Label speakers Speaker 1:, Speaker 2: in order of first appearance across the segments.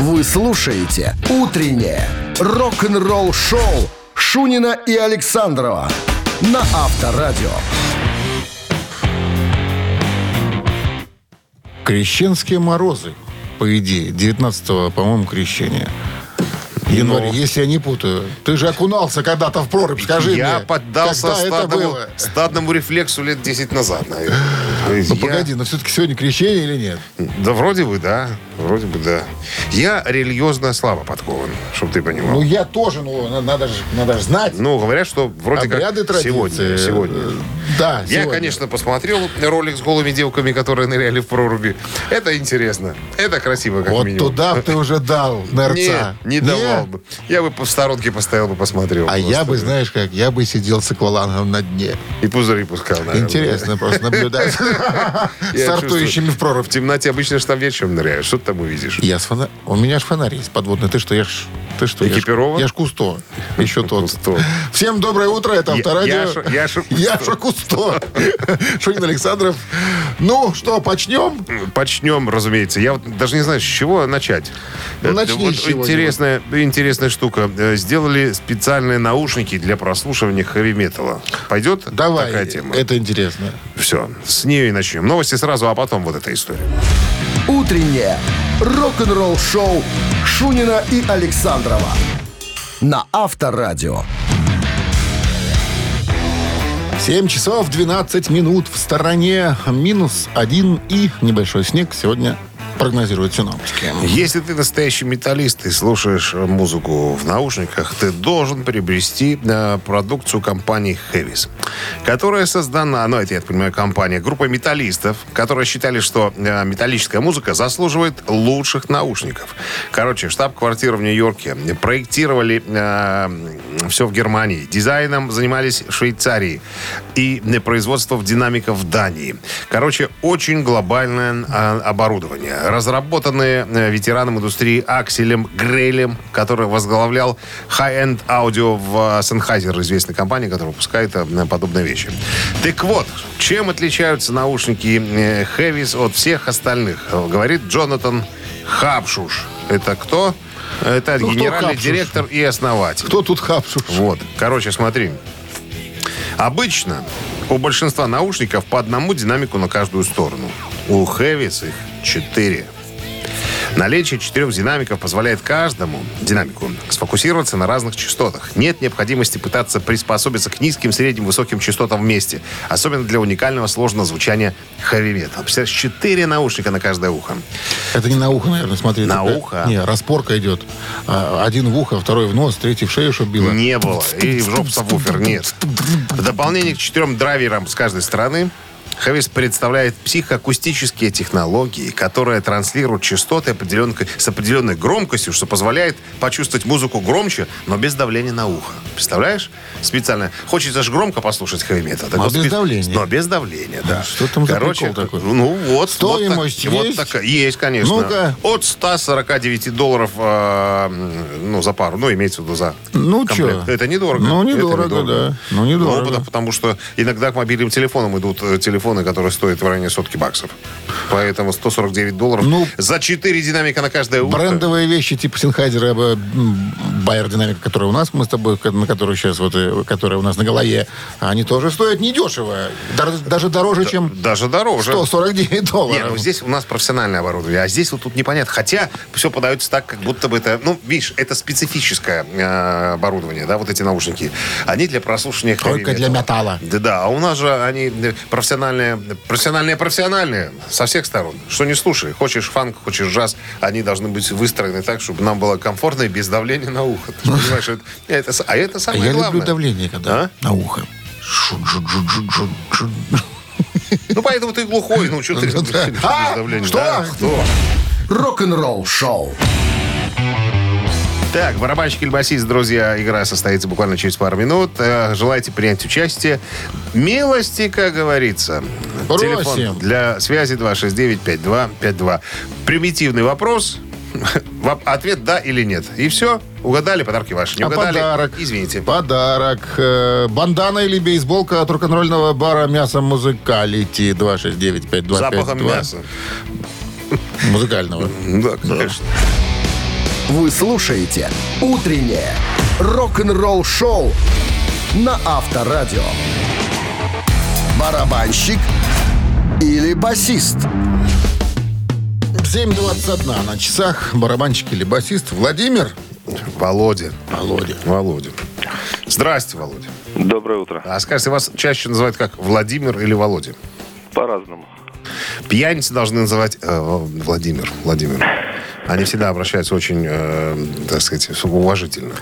Speaker 1: Вы слушаете «Утреннее рок-н-ролл-шоу» Шунина и Александрова на Авторадио.
Speaker 2: Крещенские морозы, по идее, 19-го, по-моему, крещения. Январь, если я не путаю. Ты же окунался когда-то в прорубь, скажи мне.
Speaker 3: я поддался
Speaker 2: когда это
Speaker 3: стадному,
Speaker 2: было?
Speaker 3: стадному рефлексу лет 10 назад, наверное. То есть
Speaker 2: Ну,
Speaker 3: я- Ну.
Speaker 2: погоди, но все-таки сегодня крещение или нет?
Speaker 3: Да вроде бы, да. Вроде бы, да. Я религиозно слабо подкован, чтобы ты понимал.
Speaker 2: Ну,
Speaker 3: Ну,
Speaker 2: я тоже, ну, на- надо же, надо же знать.
Speaker 3: говорят, что вроде
Speaker 2: Обряды,
Speaker 3: Ну, как
Speaker 2: традиции.
Speaker 3: сегодня. сегодня.
Speaker 2: Э, Да,
Speaker 3: Я,
Speaker 2: сегодня.
Speaker 3: конечно, посмотрел ролик с голыми девками, которые ныряли в проруби. Это интересно. Это красиво, как
Speaker 2: Вот
Speaker 3: минимум.
Speaker 2: туда бы ты уже дал нырца.
Speaker 3: Не, не давал бы. Я бы в сторонке постоял бы, посмотрел.
Speaker 2: А я
Speaker 3: просто.
Speaker 2: бы, знаешь как, я бы сидел с аквалангом на дне.
Speaker 3: И пузыри пускал, наверное.
Speaker 2: Интересно просто наблюдать
Speaker 3: Я
Speaker 2: стартующими
Speaker 3: чувствую.
Speaker 2: в прорубь.
Speaker 3: В темноте обычно же там вечером ныряешь. Что ты там увидишь?
Speaker 2: Я с фона- У меня ж фонарь есть подводный. Ты что, я ж... Ты что, я ж-
Speaker 3: Экипирован?
Speaker 2: Я ж Кусто. Еще тот.
Speaker 3: Кусто.
Speaker 2: Всем доброе утро. Это
Speaker 3: Я-
Speaker 2: Авторадио.
Speaker 3: Яша- Яша Кусто.
Speaker 2: Яша Кусто. Шунин Александров. Ну что, почнем?
Speaker 3: Почнем, разумеется. Я вот даже не знаю, с чего начать.
Speaker 2: Ну,
Speaker 3: Э,
Speaker 2: начни
Speaker 3: вот
Speaker 2: с чего-нибудь.
Speaker 3: интересная, интересная штука. Э, Сделали специальные наушники для прослушивания хэви-металла. Пойдет
Speaker 2: Давай.
Speaker 3: такая тема?
Speaker 2: Это интересно.
Speaker 3: Все, с нее и начнем. Новости сразу, а потом вот эта история.
Speaker 1: «Утреннее рок-н-ролл-шоу» Шунина и Александрова на Авторадио.
Speaker 2: 7 часов 12 минут в стороне. Минус один и небольшой снег сегодня прогнозируют синоптики.
Speaker 3: Если ты настоящий металлист и слушаешь э, музыку в наушниках, ты должен приобрести э, продукцию компании Heavis, которая создана, ну это, я так понимаю, компания, группа металлистов, которые считали, что э, металлическая музыка заслуживает лучших наушников. Короче, штаб-квартира в Нью-Йорке. Проектировали все в Германии. Дизайном занимались в Швейцарии. И э, производство в динамиков в Дании. Короче, очень глобальное э, оборудование. Разработанное э, ветераном индустрии Акселем Грейлем, который возглавлял High-End Audio в э, Sennheiser, известной компании, которая выпускает э, подобные вещи. Так вот, чем отличаются наушники э, Heavis от всех остальных? Э, Говорит Джонатан Хапшуш. Это кто? Это
Speaker 2: Ну, кто
Speaker 3: генеральный
Speaker 2: Хапшуш?
Speaker 3: директор и основатель.
Speaker 2: Кто тут хапшу?
Speaker 3: Вот. Короче, смотри. Обычно у большинства наушников по одному динамику на каждую сторону. У Хэвис их четыре. Наличие четырех динамиков позволяет каждому динамику сфокусироваться на разных частотах. Нет необходимости пытаться приспособиться к низким, средним, высоким частотам вместе. Особенно для уникального сложного звучания хэви-метал. Представляешь, четыре наушника на каждое ухо.
Speaker 2: Это не на ухо, наверное, смотри.
Speaker 3: На
Speaker 2: Такая-
Speaker 3: ухо?
Speaker 2: Не, распорка идет. А, Один в ухо, второй в нос, третий в шею, чтобы било.
Speaker 3: Не было. И в жопу сабвуфер нет. В дополнение к четырем драйверам с каждой стороны, Хэвис представляет психоакустические технологии, которые транслируют частоты определенной- с определенной громкостью, что позволяет почувствовать музыку громче, но без давления на ухо. Представляешь? Специально. Хочется же громко послушать хэви-метал. Так
Speaker 2: Но
Speaker 3: вот
Speaker 2: без
Speaker 3: спе-
Speaker 2: давления.
Speaker 3: Но без давления, да.
Speaker 2: Что там за
Speaker 3: Короче,
Speaker 2: прикол такой?
Speaker 3: Ну вот.
Speaker 2: Стоимость
Speaker 3: вот так-
Speaker 2: есть?
Speaker 3: Вот такая. Есть, конечно.
Speaker 2: Ну-ка.
Speaker 3: От 149 долларов э, ну, за пару. Ну, имеется в виду за
Speaker 2: Ну,
Speaker 3: комплект.
Speaker 2: чё?
Speaker 3: Это недорого.
Speaker 2: Ну,
Speaker 3: Это
Speaker 2: недорого, да. Ну, недорого.
Speaker 3: Ну, потому- потому что иногда к мобильным телефонам идут э, телефоны, которые стоят в районе сотки баксов. Поэтому 149 долларов
Speaker 2: Ну,
Speaker 3: за 4 динамика на каждое ухо.
Speaker 2: Брендовые вещи типа Синхайзера, Байер Динамика, которые у нас, мы с тобой, ко- на которые сейчас вот, э, которые у нас на голове, они тоже стоят недешево. Дор- Даже дороже, чем
Speaker 3: Даже дороже.
Speaker 2: 149
Speaker 3: ну, Не,
Speaker 2: долларов.
Speaker 3: ну здесь у нас профессиональное оборудование, а здесь вот тут непонятно. Хотя все подается так, как будто бы это... Ну, видишь, это специфическое э, оборудование, да, вот эти наушники. Они для прослушивания
Speaker 2: Только для металла.
Speaker 3: Да, да, а у нас же они э, профессиональные, профессиональные, профессиональные со всех сторон. Что не слушай, хочешь фанк, хочешь джаз, они должны быть выстроены так, чтобы нам было комфортно и без давления на ухо. Ты же понимаешь, это, это с- а это
Speaker 2: А
Speaker 3: самое
Speaker 2: я
Speaker 3: главное.
Speaker 2: люблю давление, когда
Speaker 3: А?
Speaker 2: на ухо. Шун, шун, шун, шун, шун, шун.
Speaker 3: Ну, поэтому ты глухой, ну, что ты...
Speaker 2: Ну, да.
Speaker 3: без
Speaker 2: А?
Speaker 3: давления?
Speaker 2: Что?
Speaker 3: Да, кто?
Speaker 1: Рок-н-ролл-шоу.
Speaker 3: Так, барабанщик или басист, друзья, игра состоится буквально через пару минут. Э, Желаете принять участие? Милости, как говорится.
Speaker 2: Просим.
Speaker 3: Телефон для связи 269-5252. Примитивный вопрос. Воп- Ответ да или нет. И все. Угадали, подарки ваши. Не
Speaker 2: А
Speaker 3: угадали?
Speaker 2: подарок?
Speaker 3: Извините.
Speaker 2: Подарок. э, Бандана или бейсболка от рок-н-ролльного бара «Мясо Музыкалити» 269
Speaker 3: Запахом мяса.
Speaker 2: Музыкального.
Speaker 3: Да, конечно.
Speaker 1: Вы слушаете «Утреннее рок-н-ролл-шоу» на Авторадио. Барабанщик или басист?
Speaker 2: 7.21 на часах. Барабанщик или басист Владимир?
Speaker 3: Володя.
Speaker 2: Володя.
Speaker 3: Володя. Здрасте, Володя.
Speaker 4: Доброе утро.
Speaker 3: А скажите, вас чаще называют как Владимир или Володя?
Speaker 4: По-разному.
Speaker 3: Пьяницы должны называть э, Владимир, Владимир. Они всегда обращаются очень, э, так сказать, уважительно.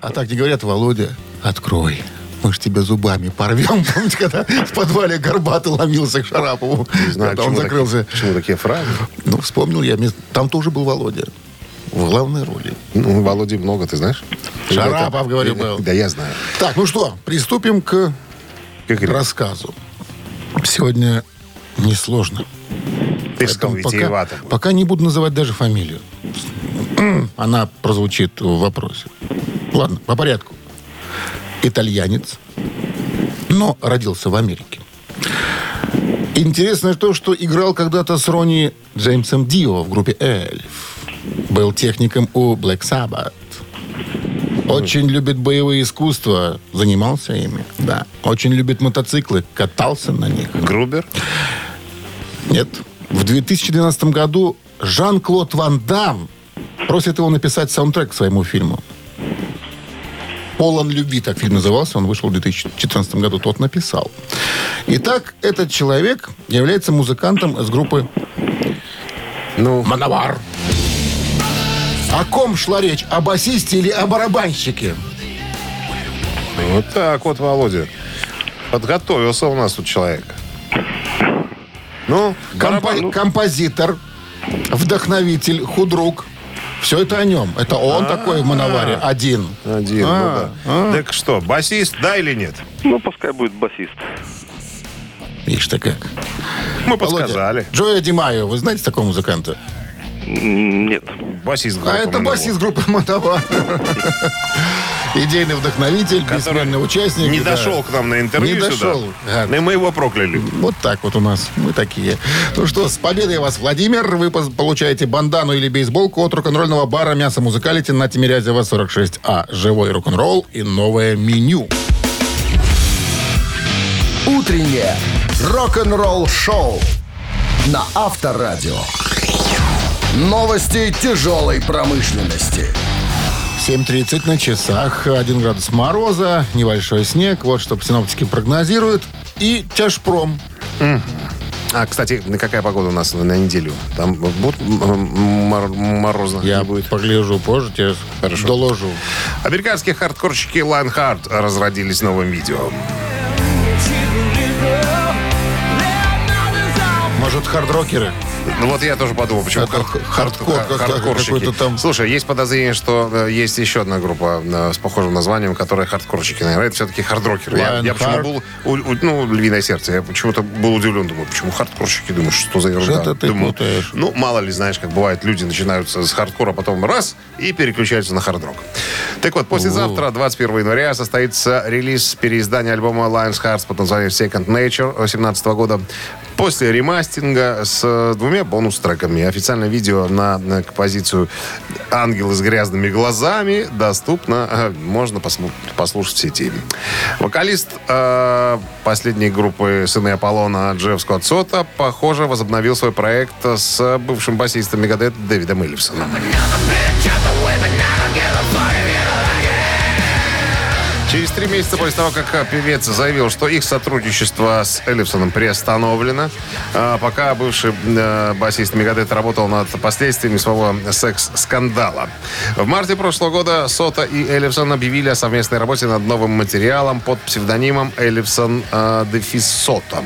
Speaker 2: А так не говорят, Володя, открой. Мы ж тебя зубами порвем. Помните, когда в подвале Горбатый ломился к Шарапову?
Speaker 3: Не знаю,
Speaker 2: когда он
Speaker 3: почему такие-
Speaker 2: закрылся.
Speaker 3: почему такие фразы?
Speaker 2: Ну, вспомнил я. мест- Там тоже был Володя. В главной роли.
Speaker 3: Ну, Володи много, ты знаешь?
Speaker 2: Шарапов,
Speaker 3: Ребята,
Speaker 2: говорю,
Speaker 3: да,
Speaker 2: был.
Speaker 3: Да, я знаю.
Speaker 2: Так, ну что, приступим к
Speaker 3: Как это?
Speaker 2: рассказу. Сегодня несложно.
Speaker 3: Ты же сказал,
Speaker 2: Поэтому пока,
Speaker 3: витиевато.
Speaker 2: пока не буду называть даже фамилию. Она прозвучит в вопросе. Ладно, по порядку. Итальянец, но родился в Америке. Интересно то, что играл когда-то с Ронни Джеймсом Дио в группе «Эльф». Был техником у Black Sabbath. Очень любит боевые искусства. Занимался ими, да. Очень любит мотоциклы. Катался на них.
Speaker 3: Грубер?
Speaker 2: Нет. В 2012 году Жан-Клод Ван Дам просит его написать саундтрек к своему фильму. «Полон любви» так фильм назывался. Он вышел в 2014 году. Тот написал. Итак, этот человек является музыкантом из группы
Speaker 3: Ну,
Speaker 2: «Мановар». О ком шла речь? О басисте или о барабанщике?
Speaker 3: вот так вот, Володя. Подготовился у нас тут человек. Ну,
Speaker 2: Компо-
Speaker 3: барабан-
Speaker 2: композитор, вдохновитель, худрук. Все это о нем. Это он такой в «Мановаре» один.
Speaker 3: Один,
Speaker 2: А,
Speaker 3: ну да. Так что, басист, да или нет?
Speaker 4: Ну, пускай будет басист.
Speaker 2: Видишь, ты как.
Speaker 3: Мы
Speaker 2: Володя,
Speaker 3: подсказали.
Speaker 2: Джоя Димаю, вы знаете такого музыканта?
Speaker 4: М, Нет.
Speaker 3: Басист.
Speaker 2: А это
Speaker 3: группы
Speaker 2: басист группы Мотова. Идейный вдохновитель, бессменный участник.
Speaker 3: Не
Speaker 2: да.
Speaker 3: дошел к нам на интервью
Speaker 2: Не
Speaker 3: сюда.
Speaker 2: дошел, гад.
Speaker 3: И мы его прокляли.
Speaker 2: Вот так вот у нас. Мы такие. Ну что, с победой вас, Владимир. Вы поз- получаете бандану или бейсболку от рок-н-ролльного бара «Мясо Музыкалити» на Тимирязева 46А. А. Живой рок-н-ролл и новое меню.
Speaker 1: «Утреннее рок-н-ролл-шоу» на Авторадио. Новости тяжелой промышленности.
Speaker 2: 7.30 на часах, 1 градус мороза, небольшой снег. Вот что синоптики прогнозируют. И тяжпром
Speaker 3: А, кстати, какая погода у нас на неделю? Там будет м- м- мор- морозно?
Speaker 2: Я
Speaker 3: Не будет.
Speaker 2: погляжу позже, тебе доложу.
Speaker 3: Американские хардкорщики Lionheart разродились новым видео.
Speaker 2: Может, хардрокеры?
Speaker 3: Ну вот я тоже подумал, почему
Speaker 2: Это
Speaker 3: хар-
Speaker 2: хардкор
Speaker 3: хар-
Speaker 2: как-то,
Speaker 3: хардкорщики.
Speaker 2: какой-то там.
Speaker 3: Слушай, есть подозрение, что э, есть еще одна группа э, с похожим названием, которая хардкорщики. Наверное, это все-таки хардрокеры. Я, я
Speaker 2: Lionheart.
Speaker 3: почему был... у- у- ну, львиное сердце. Я почему-то был удивлен. Думаю, почему хардкорщики? Думаю, что за ерунда?
Speaker 2: Что-то ты
Speaker 3: Думаю,
Speaker 2: путаешь.
Speaker 3: Ну, мало ли, знаешь, как бывает, люди начинаются с хардкора, потом раз, и переключаются на хардрок. Так вот, послезавтра, 21 января, состоится релиз переиздания альбома Lions Hearts под названием Second Nature 2018 года. После ремастинга с э, двумя бонус-треками. Официальное видео на, на композицию «Ангелы с грязными глазами» доступно. э, Можно посму- послушать в сети. Вокалист э, последней группы «Сыны Аполлона» Джефф Скотт Сота, похоже, возобновил свой проект с бывшим басистом Мегадет Дэвидом Эллипсоном. Через три месяца после того, как а, певец заявил, что их сотрудничество с Эллипсоном приостановлено, а, пока бывший э, басист Мегадет работал над последствиями своего секс-скандала. В марте прошлого года Сота и Эллипсон объявили о совместной работе над новым материалом под псевдонимом Эллипсон э, Дефис Сота.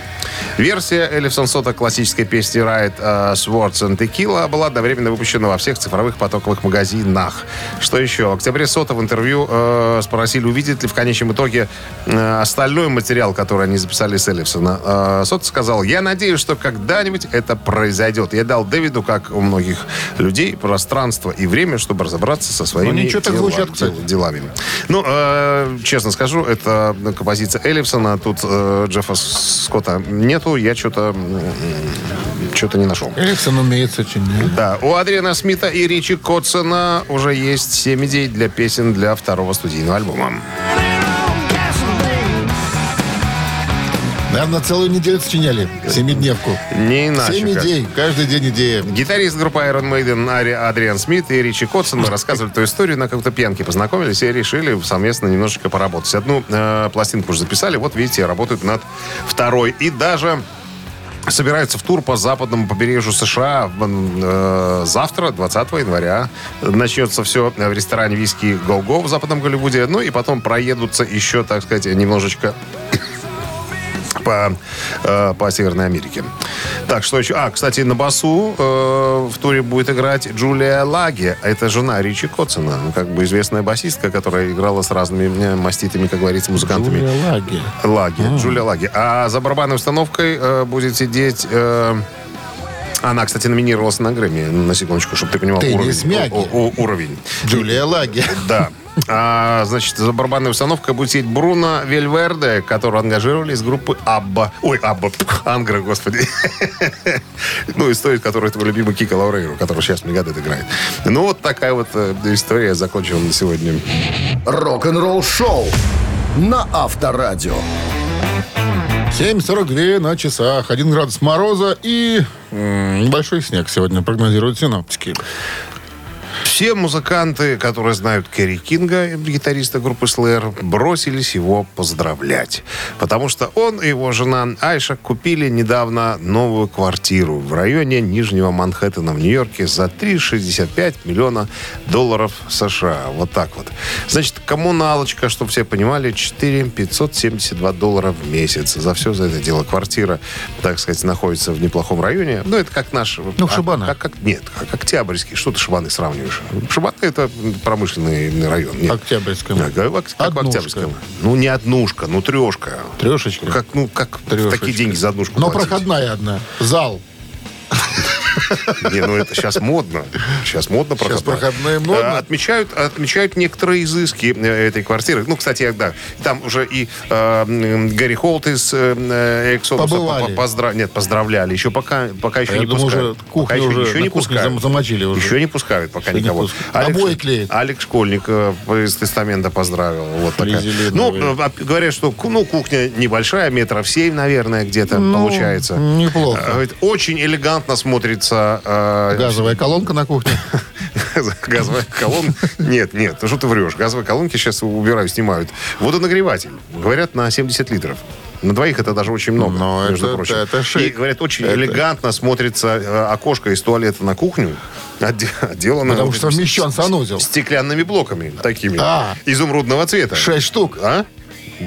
Speaker 3: Версия Эллипсон Сота классической песни Райт Swords and Tequila была одновременно выпущена во всех цифровых потоковых магазинах. Что еще? В октябре Сота в интервью э, спросили, увидит ли в конечном итоге э, остальной материал, который они записали с Эллипсона. Э, Сота сказал, я надеюсь, что когда-нибудь это произойдет. Я дал Дэвиду, как у многих людей, пространство и время, чтобы разобраться со своими
Speaker 2: ничего, так
Speaker 3: дела-
Speaker 2: звучат, кстати.
Speaker 3: делами. Ну, э, честно скажу, это композиция Эллипсона. Тут э, Джеффа Скотта нету. Я что-то Что-то не нашел.
Speaker 2: Эллифсон умеет сочинять.
Speaker 3: Да, у Адриана Смита и Ричи Котсона уже есть 7 идей для песен для второго студийного альбома.
Speaker 2: Наверное, целую неделю сочиняли. Семидневку.
Speaker 3: Не иначе
Speaker 2: Семь
Speaker 3: как.
Speaker 2: идей. Каждый день идея.
Speaker 3: Гитарист группы Iron Maiden Ари- Адриан Смит и Ричи Котсон рассказывали эту историю, на какой-то пьянке познакомились и решили совместно немножечко поработать. Одну э, пластинку уже записали, вот видите, работают над второй. И даже собираются в тур по западному побережью США М, э, завтра, 20 января. Начнется все в ресторане «Виски Голго» в западном Голливуде. Ну и потом проедутся еще, так сказать, немножечко по, э, по Северной Америке. Так, что еще? А, кстати, на басу э, в туре будет играть Джулия Лаги. Это жена Ричи Котсона. ну, Как бы известная басистка, которая играла с разными э, маститыми, как говорится, музыкантами.
Speaker 2: Джулия Лаги.
Speaker 3: Лаги, Джулия Лаги. А за барабанной установкой э, будет сидеть... э, она, кстати, номинировалась на Грэмми, на секундочку, чтобы ты понимал
Speaker 2: Теннис
Speaker 3: уровень.
Speaker 2: мяги.
Speaker 3: О- о- уровень.
Speaker 2: Джулия Лаги.
Speaker 3: Да. А, значит, за барабанной установкой будет сидеть Бруно Вельверде, которого ангажировали из группы Абба. Ой, Абба. пф, Ангра, господи. Ну, история, которую твой любимый Кика Лаурейру, который сейчас Мегадет играет. Ну, вот такая вот э, история. Закончила на сегодня
Speaker 1: Рок-н-ролл шоу на Авторадио.
Speaker 2: 7.42 на часах. Один градус мороза и м, небольшой снег сегодня прогнозируют синоптики.
Speaker 3: Все музыканты, которые знают Кэрри Кинга, гитариста группы Slayer, бросились его поздравлять. Потому что он и его жена Айша купили недавно новую квартиру в районе Нижнего Манхэттена в Нью-Йорке за 3,65 миллиона долларов США. Вот так вот. Значит, коммуналочка, чтобы все понимали, 4 572 доллара в месяц. За все за это дело квартира, так сказать, находится в неплохом районе. Ну, это как наш...
Speaker 2: Ну,
Speaker 3: а-
Speaker 2: Шабана.
Speaker 3: как- как- нет, а как Октябрьский. Что ты Шабаны сравниваешь? Шабаны это промышленный район. Нет.
Speaker 2: Октябрьскому.
Speaker 3: Да, как в Ок- как в
Speaker 2: Однушка.
Speaker 3: Октябрьском. Ну, не однушка, ну трешка.
Speaker 2: Трешечка.
Speaker 3: Как, ну, как
Speaker 2: Трешечка.
Speaker 3: такие деньги за однушку
Speaker 2: Но
Speaker 3: платить?
Speaker 2: проходная одна. Зал.
Speaker 3: Не, ну это сейчас модно. Сейчас модно проходное.
Speaker 2: проходное модно.
Speaker 3: А, Отмечают, отмечают некоторые изыски э, этой квартиры. Ну, кстати, я- да, там уже и э, м, Гарри Холт из э, Эксона
Speaker 2: Побывали.
Speaker 3: Нет, поздравляли. Еще пока, пока еще
Speaker 2: я
Speaker 3: не
Speaker 2: думаю,
Speaker 3: пускают.
Speaker 2: уже кухню
Speaker 3: Пока еще-
Speaker 2: уже-
Speaker 3: еще
Speaker 2: на
Speaker 3: не
Speaker 2: кухне зам-
Speaker 3: пускают.
Speaker 2: замочили уже.
Speaker 3: Еще не пускают пока
Speaker 2: Еще не
Speaker 3: никого.
Speaker 2: пускают. Обои клеят.
Speaker 3: Алекс Школьник э, из тестамента поздравил. Вот такая.
Speaker 2: Фрезеленовые.
Speaker 3: Ну, э, а, говорят, что ку- ну, кухня небольшая, метров 7, наверное, где-то
Speaker 2: Ну,
Speaker 3: получается.
Speaker 2: неплохо.
Speaker 3: А, говорит, Очень элегантно смотрится э,
Speaker 2: Газовая колонка на кухне.
Speaker 3: газовая колонка. Нет, нет, ну что ты врешь? Газовые колонки сейчас убираю, снимают. Водонагреватель. Говорят, на 70 литров. На двоих это даже очень много,
Speaker 2: Но
Speaker 3: между
Speaker 2: это-
Speaker 3: прочим.
Speaker 2: это шик.
Speaker 3: И, говорят, очень
Speaker 2: Это-
Speaker 3: элегантно смотрится э, окошко из туалета на кухню, отде- отделано...
Speaker 2: Потому
Speaker 3: вот
Speaker 2: что
Speaker 3: этим
Speaker 2: вмещен
Speaker 3: с-
Speaker 2: санузел.
Speaker 3: с- Стеклянными блоками такими.
Speaker 2: А.
Speaker 3: Изумрудного цвета.
Speaker 2: Шесть штук.
Speaker 3: А?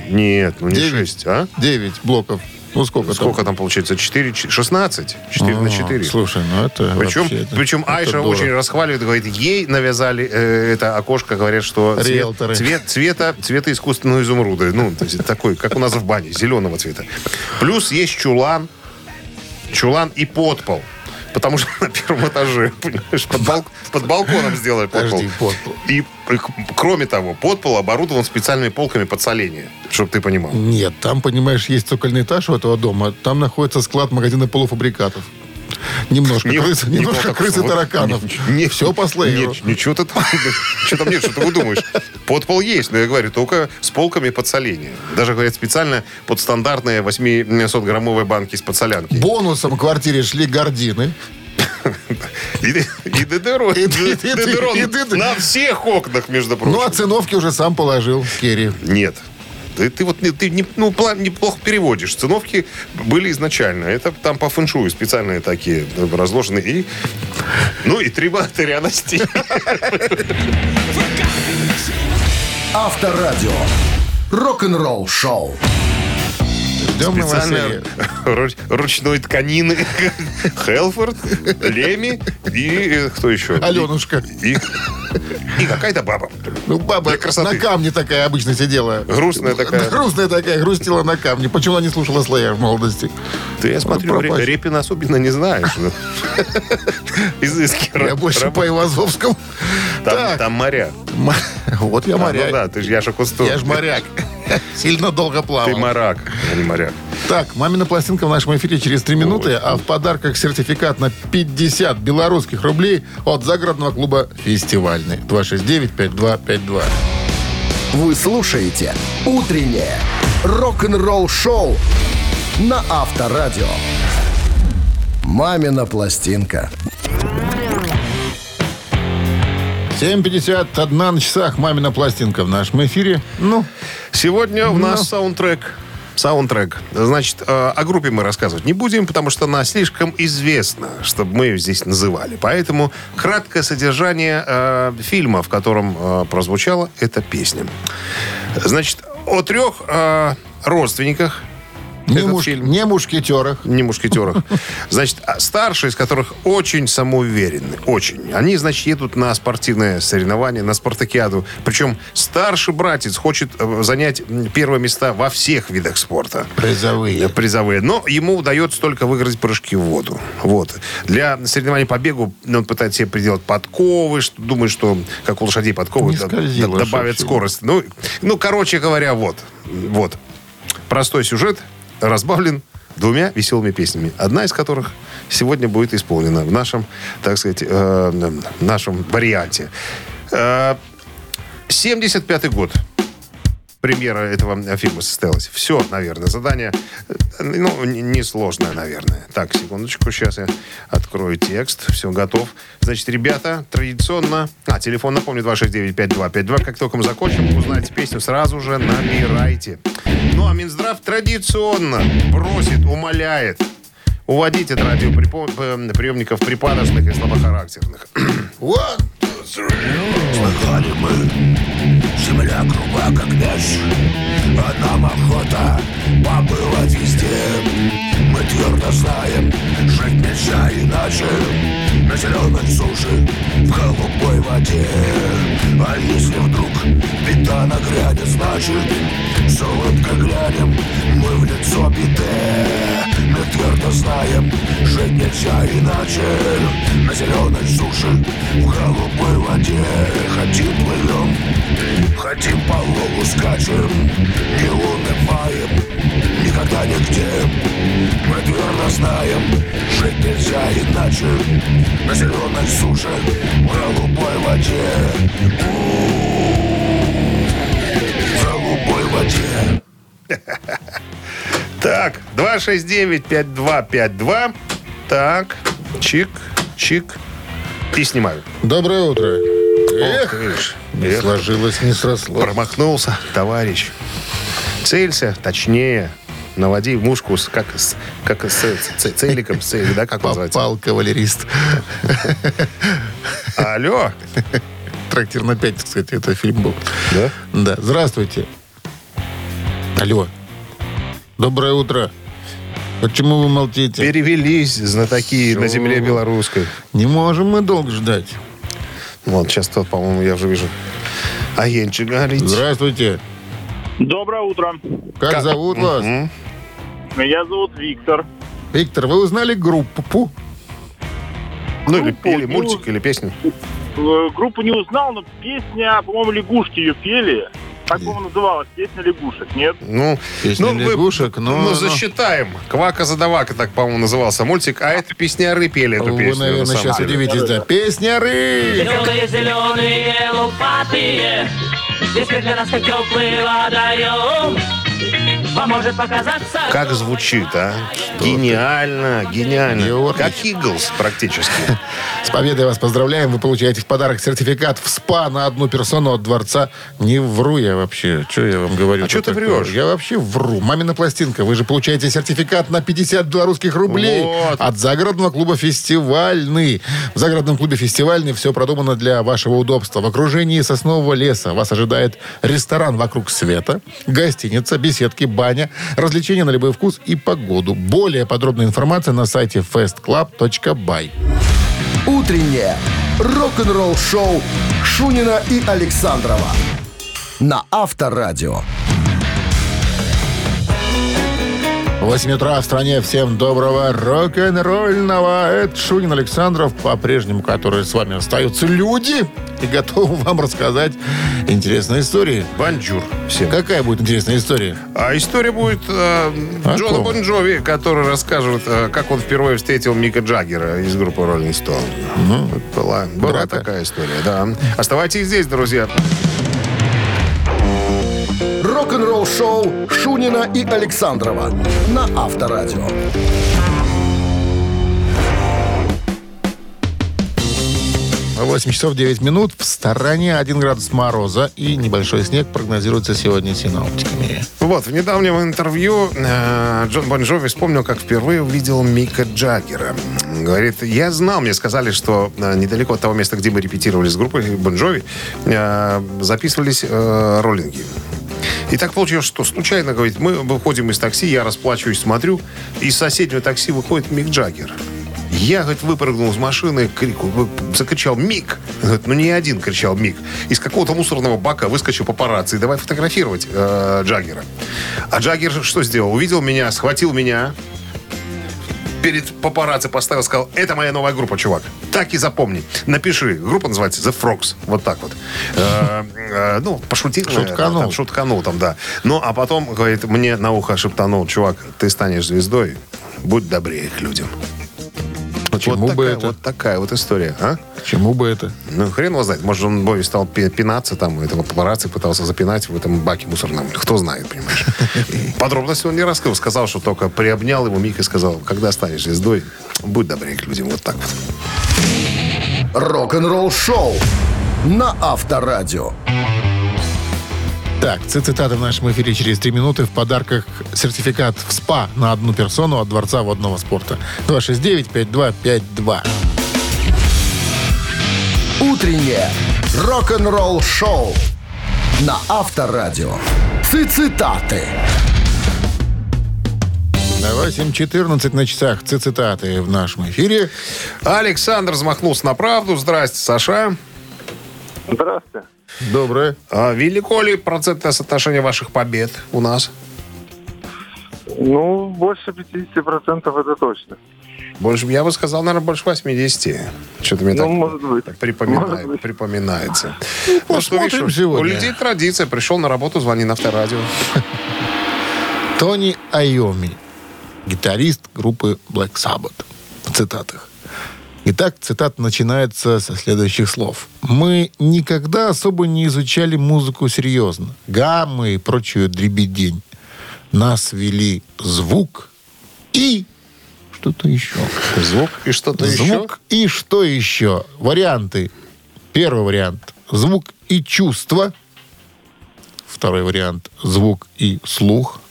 Speaker 3: Нет, ну не
Speaker 2: Девять.
Speaker 3: шесть, а?
Speaker 2: Девять блоков. Ну сколько
Speaker 3: Сколько там получается? 4, 16? 4 на
Speaker 2: А,
Speaker 3: 4.
Speaker 2: Слушай, ну это
Speaker 3: Причем,
Speaker 2: вообще- это-
Speaker 3: причем
Speaker 2: это
Speaker 3: Айша
Speaker 2: здорово.
Speaker 3: очень расхваливает, говорит, ей навязали э, это окошко, говорят, что цвет-
Speaker 2: Риэлторы.
Speaker 3: цвет, цвета, цвета искусственного изумруда. Ну, то есть такой, как у нас в бане, зеленого цвета. Плюс есть чулан, чулан и подпол. Потому что на первом этаже, понимаешь, под, бал- под балконом сделали подпол.
Speaker 2: Подожди, подпол.
Speaker 3: И, э, к- кроме того, подпол оборудован специальными полками под соление, чтобы ты понимал.
Speaker 2: Нет, там, понимаешь, есть цокольный этаж у этого дома, там находится склад магазина полуфабрикатов. Немножко
Speaker 3: Не-
Speaker 2: крысы,
Speaker 3: не
Speaker 2: немножко
Speaker 3: было
Speaker 2: крыс и
Speaker 3: такого.
Speaker 2: тараканов.
Speaker 3: Не- не-
Speaker 2: Все по слейеру.
Speaker 3: Нет, ничего ты там, что там нет, что ты выдумаешь. Подпол есть, но я говорю, только с полками подсоления. Даже, говорят, специально под стандартные 800-граммовые банки из подсолянки.
Speaker 2: Бонусом к квартире шли гордины.
Speaker 3: И, и дедерон,
Speaker 2: И ты- и ты-
Speaker 3: дедерон
Speaker 2: и ты-
Speaker 3: на всех окнах, между прочим.
Speaker 2: Ну, а циновки уже сам положил Керри.
Speaker 3: Нет. Ты, ты вот не- ты не- ну, план неплохо переводишь. Циновки были изначально. Это там по фэншую специальные такие э, разложены. И, ну и три батаря на стене.
Speaker 1: Авторадио. Рок-н-ролл шоу.
Speaker 2: Ждем
Speaker 3: Специально
Speaker 2: новостей.
Speaker 3: руч- ручной тканины. Хелфорд, Леми и э, кто еще?
Speaker 2: Аленушка.
Speaker 3: И, и какая-то баба.
Speaker 2: Ну, баба
Speaker 3: Для красоты.
Speaker 2: на камне такая обычно сидела.
Speaker 3: Грустная такая.
Speaker 2: Грустная такая, грустила на камне. Почему она не слушала слоя в молодости?
Speaker 3: Ты, я смотрю,
Speaker 2: Ну, пропасть.
Speaker 3: Ре- Репина особенно не знаешь. ну. Изыски.
Speaker 2: Я
Speaker 3: ра-
Speaker 2: больше
Speaker 3: раб-
Speaker 2: по Ивазовскому.
Speaker 3: Там,
Speaker 2: Так,
Speaker 3: там моря.
Speaker 2: м- вот я
Speaker 3: А, ну
Speaker 2: моряк.
Speaker 3: да, ты же Яша Кустов.
Speaker 2: Я ж моряк. Сильно долго
Speaker 3: Ты
Speaker 2: плавал.
Speaker 3: моряк, а не моряк.
Speaker 2: Так, «Мамина пластинка» в нашем эфире через 3 минуты, а в подарках сертификат на 50 белорусских рублей от загородного клуба «Фестивальный». 269-5252.
Speaker 1: Вы слушаете «Утреннее рок-н-ролл-шоу» на Авторадио. «Мамина пластинка».
Speaker 2: 7.51 на часах «Мамина пластинка» в нашем эфире. Ну,
Speaker 3: Сегодня у нас саундтрек. Саундтрек. Значит, э, о группе мы рассказывать не будем, потому что она слишком известна, чтобы мы ее здесь называли. Поэтому краткое содержание э, фильма, в котором э, прозвучала эта песня. Значит, о трех э, родственниках
Speaker 2: не,
Speaker 3: Этот
Speaker 2: муш-
Speaker 3: фильм.
Speaker 2: не мушкетерах.
Speaker 3: не мушкетерах. Значит, а старшие из которых очень самоуверенны. Очень. Они, значит, едут на спортивное соревнование, на спартакиаду. Причем старший братец хочет э, занять м, первые места во всех видах спорта.
Speaker 2: Призовые.
Speaker 3: Призовые. Но ему удается только выиграть прыжки в воду. Вот. Для соревнований по бегу ну, он пытается себе приделать подковы, что- думает, что как у лошадей подковы
Speaker 2: Не
Speaker 3: д-
Speaker 2: скользила,
Speaker 3: д- добавят
Speaker 2: чтоб
Speaker 3: скорость. Ну, ну, короче говоря, вот. Вот. Простой сюжет разбавлен двумя веселыми песнями. Одна из которых сегодня будет исполнена в нашем, так сказать, э, м, нашем варианте. Э, 75-й год. Премьера этого э, фильма состоялась. Все, наверное, задание, э, ну, н- несложное, наверное. Так, секундочку, сейчас я открою текст. Все, готов. Значит, ребята, традиционно... А, телефон, напомню, 269-5252. Как только мы закончим, узнаете песню, сразу же набирайте. Ну, а Минздрав традиционно просит, умоляет уводить от радиоприемников припадочных и слабохарактерных.
Speaker 5: Слыхали мы, земля груба, как мяч А нам охота побывать везде Мы твердо знаем, жить нельзя иначе На зеленой суше, в голубой воде А если вдруг беда нагрянет, значит С улыбкой глянем, мы в лицо беде Мы твердо знаем, жить нельзя иначе На зеленой суше, в голубой воде Хотим плывем, хотим по лову скачем Не унываем, никогда нигде Мы твердо знаем, жить нельзя иначе На зеленой суше, в голубой воде У, В голубой воде
Speaker 3: Так, 269-5252. Так, чик, чик. И снимаю.
Speaker 2: Доброе утро.
Speaker 3: Ох,
Speaker 2: Эх,
Speaker 3: видишь,
Speaker 2: не
Speaker 3: эх,
Speaker 2: сложилось, не срослось.
Speaker 3: промахнулся, товарищ. Целься, точнее, наводи мушку с, как, с, как с, с- с целиком, с целью, да, как называется?
Speaker 2: Попал кавалерист.
Speaker 3: Алло.
Speaker 2: Трактир на 5, кстати, это фильм был.
Speaker 3: Да?
Speaker 2: Да. Здравствуйте. Алло. Доброе утро. Почему вы молчите?
Speaker 3: Перевелись знатоки на земле белорусской.
Speaker 2: Не можем мы долго ждать.
Speaker 3: Вот, сейчас тот, по-моему, я уже вижу. Агенчик говорит.
Speaker 2: Здравствуйте.
Speaker 6: Доброе утро.
Speaker 2: Как,
Speaker 3: Как-
Speaker 2: зовут вас?
Speaker 6: Меня зовут э, Виктор.
Speaker 2: Виктор, вы узнали группу?
Speaker 3: Ну, или,
Speaker 6: Группу,
Speaker 3: или
Speaker 6: ну,
Speaker 3: мультик, или песню.
Speaker 6: Э, Группу не узнал, но песня, по-моему, лягушки ее пели. Так, по-моему, называлась песня лягушек, нет?
Speaker 3: Ну,
Speaker 2: Песня
Speaker 3: ну, вы-
Speaker 2: лягушек, но...
Speaker 3: Ну,
Speaker 2: но-
Speaker 3: засчитаем. Квака-задавака, так, по-моему, назывался мультик. А это песняры пели эту
Speaker 2: Вы,
Speaker 3: песню. на
Speaker 2: наверное,
Speaker 3: самом
Speaker 2: сейчас
Speaker 3: деле.
Speaker 2: удивитесь, да. Песняры!
Speaker 7: Зеленые, зеленые, лопатые, Здесь как для нас как теплый водоем. Поможет показаться...
Speaker 3: Как звучит, а? Гениально, гениально.
Speaker 2: Георгий.
Speaker 3: Как Иглс практически.
Speaker 2: С победой вас поздравляем. Вы получаете в подарок сертификат в СПА на одну персону от дворца. Не вру я вообще. Что я вам говорю?
Speaker 3: А чё ты
Speaker 2: такое?
Speaker 3: врешь?
Speaker 2: Я вообще вру. Мамина пластинка. Вы же получаете сертификат на 50 белорусских рублей
Speaker 3: Вот.
Speaker 2: от загородного клуба «Фестивальный». В загородном клубе «Фестивальный» все продумано для вашего удобства. В окружении соснового леса вас ожидает ресторан «Вокруг света», гостиница, беседки, баня, развлечения на любой вкус и погоду. Более подробная информация на сайте festclub.by.
Speaker 1: «Утреннее рок-н-ролл-шоу» Шунина и Александрова на Авторадио.
Speaker 2: 8 утра в стране. Всем доброго рок-н-ролльного. Это Шунин Александров, по-прежнему, которые с вами остаются люди и готовы вам рассказать интересные истории.
Speaker 3: Бонжур всем.
Speaker 2: Какая будет интересная история?
Speaker 3: А история будет э,
Speaker 2: О
Speaker 3: Джона
Speaker 2: ком?
Speaker 3: Бон Джови, который расскажет, э, как он впервые встретил Мика Джаггера из группы Rolling Stone. была была
Speaker 2: драка.
Speaker 3: такая история, да. Оставайтесь здесь, друзья.
Speaker 1: Рок-н-ролл-шоу Шунина и Александрова на Авторадио.
Speaker 2: 8 часов 9 минут. В стороне 1 градус мороза и небольшой снег прогнозируется сегодня синоптиками.
Speaker 3: Вот, в недавнем интервью э, Джон Бон Джови вспомнил, как впервые увидел Мика Джаггера. Говорит, я знал, мне сказали, что э, недалеко от того места, где мы репетировали с группой Бон Джови, э, записывались э, роллинги. И так получилось, что случайно, говорит, мы выходим из такси, я расплачиваюсь, смотрю, из соседнего такси выходит Мик Джаггер. Я, говорит, выпрыгнул из машины, крику, закричал «Мик!» Говорит, ну не один кричал «Мик!» Из какого-то мусорного бака выскочил папарацци. Давай фотографировать э, Джаггера. А Джаггер что сделал? Увидел меня, схватил меня, перед папарацци поставил, сказал, это моя новая группа, чувак. Так и запомни. Напиши. Группа называется The Frogs. Вот так вот. Э, э, Ну, пошутил. наверное,
Speaker 2: Шутканул.
Speaker 3: там Шутканул там, да. Ну, а потом, говорит, мне на ухо шептанул, чувак, ты станешь звездой, будь добрее к людям.
Speaker 2: Почему
Speaker 3: вот
Speaker 2: бы
Speaker 3: такая,
Speaker 2: это?
Speaker 3: Вот такая вот история, а?
Speaker 2: Почему бы это?
Speaker 3: Ну, хрен его знает. Может, он Бови стал пи- пинаться там, этого папарацци пытался запинать в этом баке мусорном. Кто знает, понимаешь. Подробности он не раскрыл. Сказал, что только приобнял его Мик и сказал, когда станешь звездой, будь добрее к людям. Вот так вот.
Speaker 1: Рок-н-ролл-шоу на Авторадио.
Speaker 2: Так, цитаты в нашем эфире через три минуты. В подарках сертификат в СПА на одну персону от Дворца водного спорта. 269-5252.
Speaker 1: Утреннее рок-н-ролл-шоу на Авторадио. Цитаты.
Speaker 2: 8.14 на часах. Цитаты в нашем эфире.
Speaker 3: Александр взмахнулся на правду. Здрасте, Саша.
Speaker 6: Здравствуйте.
Speaker 2: Доброе.
Speaker 3: А велико ли процентное соотношение ваших побед у нас?
Speaker 6: Ну, больше 50% это точно.
Speaker 3: Больше, я бы сказал, наверное, больше 80. Что-то мне
Speaker 6: Ну,
Speaker 3: так
Speaker 6: может быть.
Speaker 3: так припоминает-
Speaker 6: Может быть.
Speaker 3: припоминается.
Speaker 2: Ну,
Speaker 3: Ну, что
Speaker 2: смотрим
Speaker 3: видишь,
Speaker 2: сегодня.
Speaker 3: У людей традиция. Пришел на работу, звони на авторадио.
Speaker 2: Тони Айоми, гитарист группы Black Sabbath. В цитатах. Итак, цитат начинается со следующих слов. «Мы никогда особо не изучали музыку серьезно. Гаммы и прочую дребедень. Нас вели звук и что-то еще.
Speaker 3: Звук и что-то еще.
Speaker 2: Звук и что еще? Варианты. Первый вариант. Звук и чувство. Второй вариант. Звук и слух.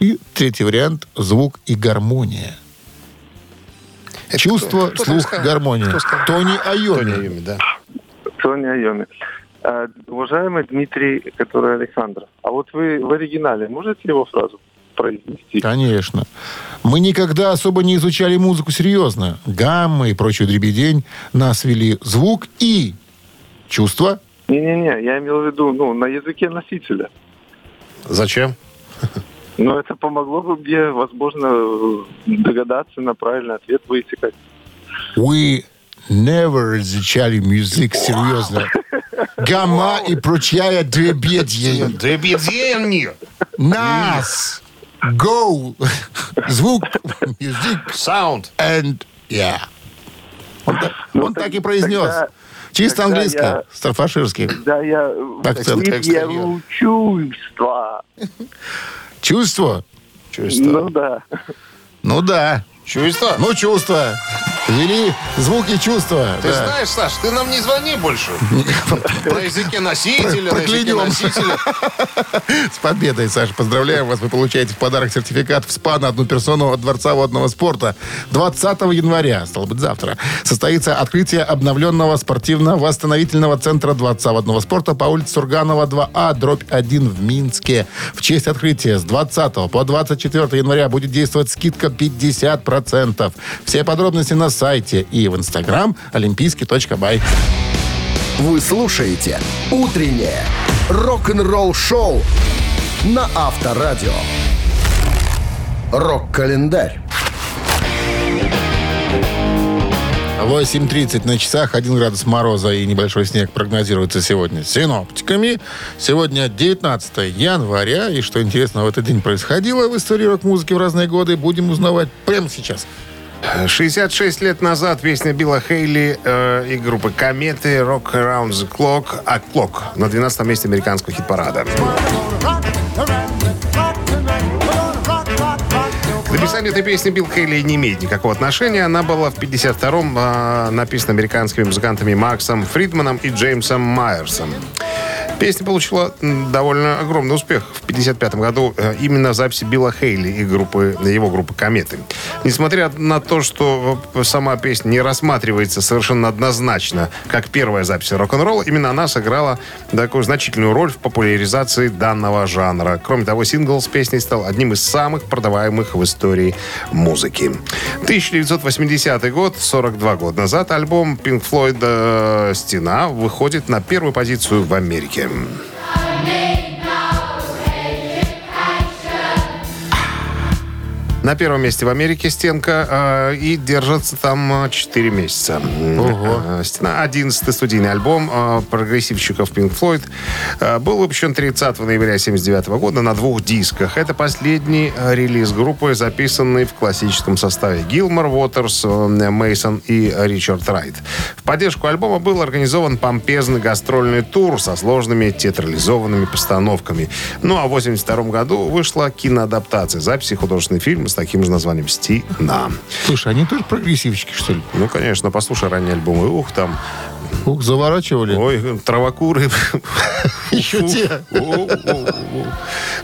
Speaker 2: И третий вариант. Звук и гармония. чувство,
Speaker 3: кто? Кто
Speaker 2: слух,
Speaker 3: сказал?
Speaker 2: гармония.
Speaker 3: Кто сказал?
Speaker 2: Тони
Speaker 3: Тони
Speaker 2: Айоми.
Speaker 3: Юми, да.
Speaker 6: Соня Айоми. Э, Уважаемый Дмитрий, который Александр, а вот вы в оригинале можете его фразу произнести?
Speaker 2: Конечно. Мы никогда особо не изучали музыку серьезно. Гаммы и прочую дребедень нас вели звук и чувство.
Speaker 6: Не-не-не, я имел в виду, ну, на языке носителя.
Speaker 3: Зачем?
Speaker 6: Но это помогло бы мне, возможно, э, догадаться на правильный ответ вытекать.
Speaker 2: We never изучали музык серьезно. Гамма и прочая дребедье.
Speaker 6: ну,
Speaker 2: Нас. Go. Звук, music
Speaker 3: Саунд.
Speaker 2: and yeah. Он, так-
Speaker 6: Ну,
Speaker 2: он
Speaker 6: так-
Speaker 2: так и произнес.
Speaker 6: тогда-
Speaker 2: Чисто
Speaker 6: тогда
Speaker 2: английско.
Speaker 6: я-
Speaker 2: Старфаширский.
Speaker 6: Да, я
Speaker 2: Акцент
Speaker 6: веру чувства.
Speaker 2: Чувство?
Speaker 6: Ну да.
Speaker 2: Ну да.
Speaker 3: Чувство?
Speaker 2: Ну, чувство. Вели звуки чувства.
Speaker 3: Ты
Speaker 2: да.
Speaker 3: знаешь, Саш, ты нам не звони больше. На языке носителя, на языке
Speaker 2: Проклянем.
Speaker 3: носителя.
Speaker 2: С победой, Саша. Поздравляю вас. Вы получаете в подарок сертификат в СПА на одну персону от Дворца водного спорта. 20 января, стало быть, завтра, состоится открытие обновленного спортивно-восстановительного центра Дворца водного спорта по улице Сурганова 2А, дробь 1 в Минске. В честь открытия с 20 по 24 января будет действовать скидка 50%. Все подробности на сайте и в инстаграм олимпийский.бай.
Speaker 1: Вы слушаете «Утреннее рок-н-ролл-шоу» на Авторадио. «Рок-календарь».
Speaker 2: 8.30 на часах, 1 градус мороза и небольшой снег прогнозируется сегодня синоптиками. Сегодня 19 января, и что интересно в этот день происходило в истории рок-музыки в разные годы, будем узнавать прямо сейчас.
Speaker 3: 66 лет назад песня Билла Хейли э, и группы Кометы «Rock Around the Clock» а «Clock» на 12 месте американского хит-парада. К написанию этой песни Билл Хейли не имеет никакого отношения. Она была в 52-м э, написана американскими музыкантами Максом Фридманом и Джеймсом Майерсом. Песня получила м, довольно огромный успех в 1955 году э, именно в записи Билла Хейли и группы, его группы «Кометы». Несмотря на то, что э, сама песня не рассматривается совершенно однозначно как первая запись рок-н-ролла, именно она сыграла такую значительную роль в популяризации данного жанра. Кроме того, сингл с песней стал одним из самых продаваемых в истории музыки. 1980 год, 42 года назад, альбом Pink Floyd э, «Стена» выходит на первую позицию в Америке. На первом месте в Америке стенка э, и держится там 4 месяца. Э, Стена 11 студийный альбом э, прогрессивщиков Pink Floyd э, был выпущен 30 ноября 79 года на двух дисках. Это последний э, релиз группы, записанный в классическом составе Гилмор, Уотерс, Мейсон и Ричард Райт. В поддержку альбома был организован помпезный гастрольный тур со сложными театрализованными постановками. Ну а в 82 году вышла киноадаптация записи художественный фильм с таким же названием «Стена».
Speaker 2: Слушай, они тоже прогрессивщики, что ли?
Speaker 3: Ну, конечно, послушай ранние альбомы. Ух, там,
Speaker 2: Ух, заворачивали.
Speaker 3: ой, травокуры.
Speaker 2: Еще те.
Speaker 3: О, о, о.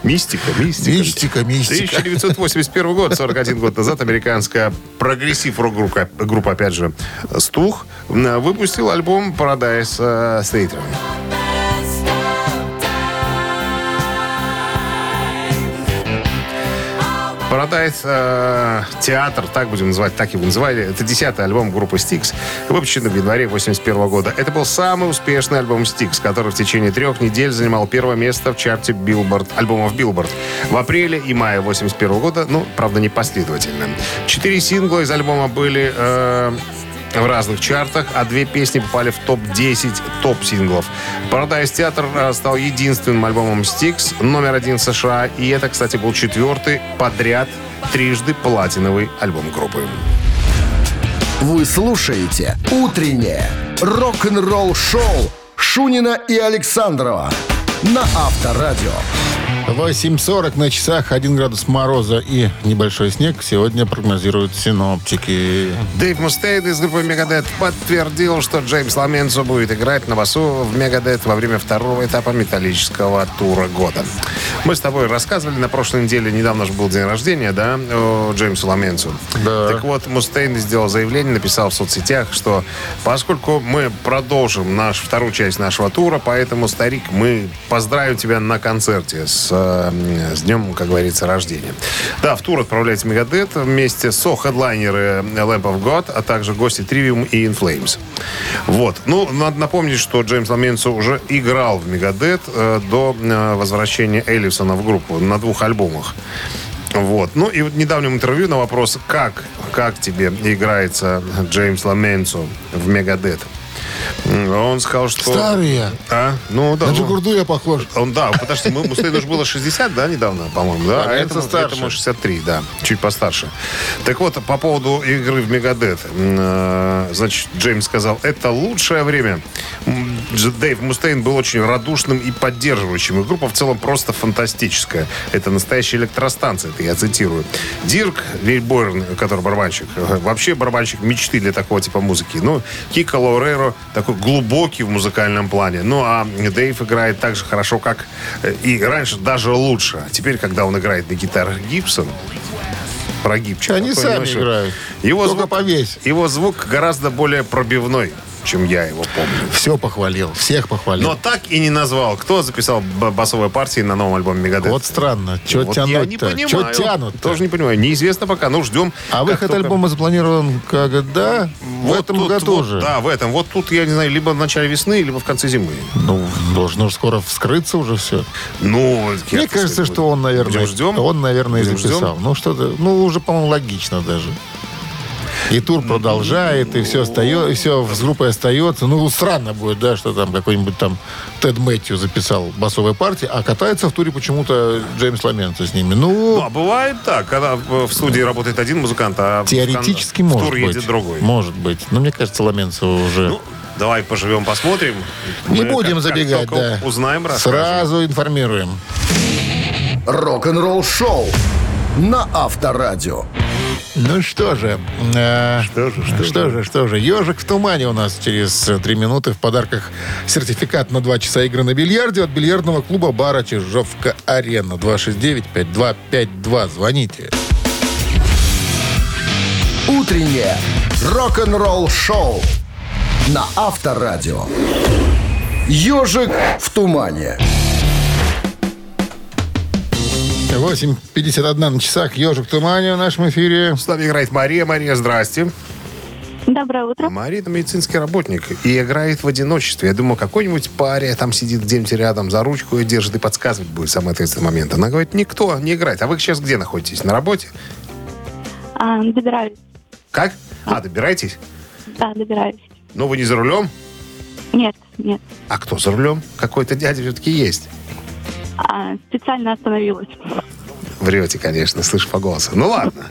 Speaker 3: Мистика, мистика.
Speaker 2: Мистика, мистика.
Speaker 3: 1981 год, 41 год назад, американская прогрессив-рок-группа, группа, опять же, «Стух», м, выпустил альбом «Paradise э, State». Paradise э, Театр, так будем называть, так его называли. Это десятый альбом группы Styx, выпущенный в январе 81 года. Это был самый успешный альбом Styx, который в течение трех недель занимал первое место в чарте Billboard, альбомов Billboard в апреле и мае 81 года, ну, правда, не последовательно. Четыре сингла из альбома были э, в разных чартах, а две песни попали в топ-10 топ-синглов. «Paradise Театр» э, стал единственным альбомом Styx, номер один США, и это, кстати, был четвертый подряд трижды платиновый альбом группы.
Speaker 1: Вы слушаете «Утреннее рок-н-ролл-шоу» Шунина и Александрова на Авторадио.
Speaker 2: 8.40 на часах, 1 градус мороза и небольшой снег сегодня прогнозируют синоптики.
Speaker 3: Дэйв Мустейн из группы Мегадет подтвердил, что Джеймс Ламенцо будет играть на басу в Мегадет во время второго этапа металлического тура года. Мы с тобой рассказывали на прошлой неделе, недавно же был день рождения, да, у Джеймса Ламенцо.
Speaker 2: Да.
Speaker 3: Так вот, Мустейн сделал заявление, написал в соцсетях, что поскольку мы продолжим наш, вторую часть нашего тура, поэтому, старик, мы поздравим тебя на концерте с, э, с днем, как говорится, рождения. Да, в тур отправляется Мегадет вместе со хедлайнеры Lamp of God, а также гости Trivium и In Flames. Вот. Ну, надо напомнить, что Джеймс Ламенцо уже играл в Мегадет э, до э, возвращения Эллисона в группу на двух альбомах. Вот. Ну и вот в недавнем интервью на вопрос, как, как тебе играется Джеймс Ламенцо в Мегадет, м, он сказал, что...
Speaker 2: Старый я.
Speaker 3: А? Ну, да.
Speaker 2: На
Speaker 3: ну,
Speaker 2: Джигурду я похож.
Speaker 3: он, да, потому что мы, Мустейну же было 60, да, недавно, по-моему, да?
Speaker 2: А это старше.
Speaker 3: этому 63, да, чуть постарше. Так вот, по поводу игры в Мегадет. М, э, Значит, Джеймс сказал, это лучшее время. М, Дж- Дэйв Мустейн был очень радушным и поддерживающим. И группа в целом просто фантастическая. Это настоящая электростанция, это я цитирую. Дирк Вильборн, который барабанщик, э, вообще барабанщик мечты для такого типа музыки. Ну, Кика Лауреро такой глубокий в музыкальном плане. Ну, а Дэйв играет так же хорошо, как э, и раньше, даже лучше. А Теперь, когда он играет на гитарах Гибсон, про Гибчика.
Speaker 2: Они
Speaker 3: кто
Speaker 2: сами
Speaker 3: не слышал,
Speaker 2: играют.
Speaker 3: Его
Speaker 2: Только
Speaker 3: звук,
Speaker 2: повесь.
Speaker 3: его звук гораздо более пробивной. чем я его помню.
Speaker 2: Все похвалил, всех похвалил.
Speaker 3: Но так и не назвал, кто записал б- басовые партии на новом альбоме Мегадет.
Speaker 2: Вот странно, что
Speaker 3: Ну, Вот я не
Speaker 2: тянут-то?
Speaker 3: понимаю.
Speaker 2: Что тянут
Speaker 3: Тоже не понимаю. Неизвестно пока, но ждем.
Speaker 2: А
Speaker 3: как
Speaker 2: выход
Speaker 3: только-
Speaker 2: альбома запланирован когда? В
Speaker 3: Вот
Speaker 2: этом
Speaker 3: тут
Speaker 2: году
Speaker 3: вот,
Speaker 2: же.
Speaker 3: Да, в этом. Вот тут, я не знаю, либо в начале весны, либо в конце зимы.
Speaker 2: Ну, должно же скоро вскрыться уже все.
Speaker 3: Ну, я
Speaker 2: Мне
Speaker 3: так
Speaker 2: кажется,
Speaker 3: сказать,
Speaker 2: что он, наверное,
Speaker 3: будем ждем.
Speaker 2: он, наверное, и
Speaker 3: Будем
Speaker 2: записал.
Speaker 3: ждем.
Speaker 2: Ну, что-то, ну, уже, по-моему, логично даже. И тур
Speaker 3: Ну,
Speaker 2: продолжает, и все остается, и все с группой остается. Ну, странно будет, да, что там какой-нибудь там Тед Мэтью записал басовые партии, а катается в туре почему-то Джеймс Ламенто с ними.
Speaker 3: Ну,
Speaker 2: Ну,
Speaker 3: а бывает так, когда в в студии работает один музыкант, а в кон-
Speaker 2: теоретически
Speaker 3: в
Speaker 2: может
Speaker 3: тур
Speaker 2: быть.
Speaker 3: едет другой.
Speaker 2: Может быть. Но мне кажется, Ламенцо уже...
Speaker 3: Ну, давай поживем, посмотрим.
Speaker 2: не
Speaker 3: Мы
Speaker 2: будем
Speaker 3: как- как
Speaker 2: забегать, да.
Speaker 3: только Узнаем, расскажем.
Speaker 2: Сразу информируем.
Speaker 1: Рок-н-ролл шоу на Авторадио.
Speaker 2: Ну что же, что же, что, же, что же, ежик в тумане у нас через э, три минуты в подарках сертификат на два часа игры на бильярде от бильярдного клуба бара Чижовка Арена 269-5252. Звоните.
Speaker 1: Утреннее рок-н-ролл шоу на Авторадио. Ежик в тумане.
Speaker 2: 8.51 на часах. Ежик в тумане в нашем эфире.
Speaker 3: С нами играет Мария. Мария, здрасте.
Speaker 8: Доброе утро.
Speaker 3: Мария это медицинский работник и играет в одиночестве. Я думаю, какой-нибудь паре там сидит где-нибудь рядом, за ручку ее держит и подсказывать будет в самый ответственный момент. Она говорит, никто не играет. А вы сейчас где находитесь? На работе?
Speaker 8: А, добираюсь.
Speaker 3: Как? А, добирайтесь.
Speaker 8: Да, добираюсь.
Speaker 3: Но вы не за рулем?
Speaker 8: Нет, нет.
Speaker 3: А кто за рулем? Какой-то дядя все-таки есть.
Speaker 8: А, специально остановилась.
Speaker 3: Врете, конечно, слышу по голосу. Ну ладно.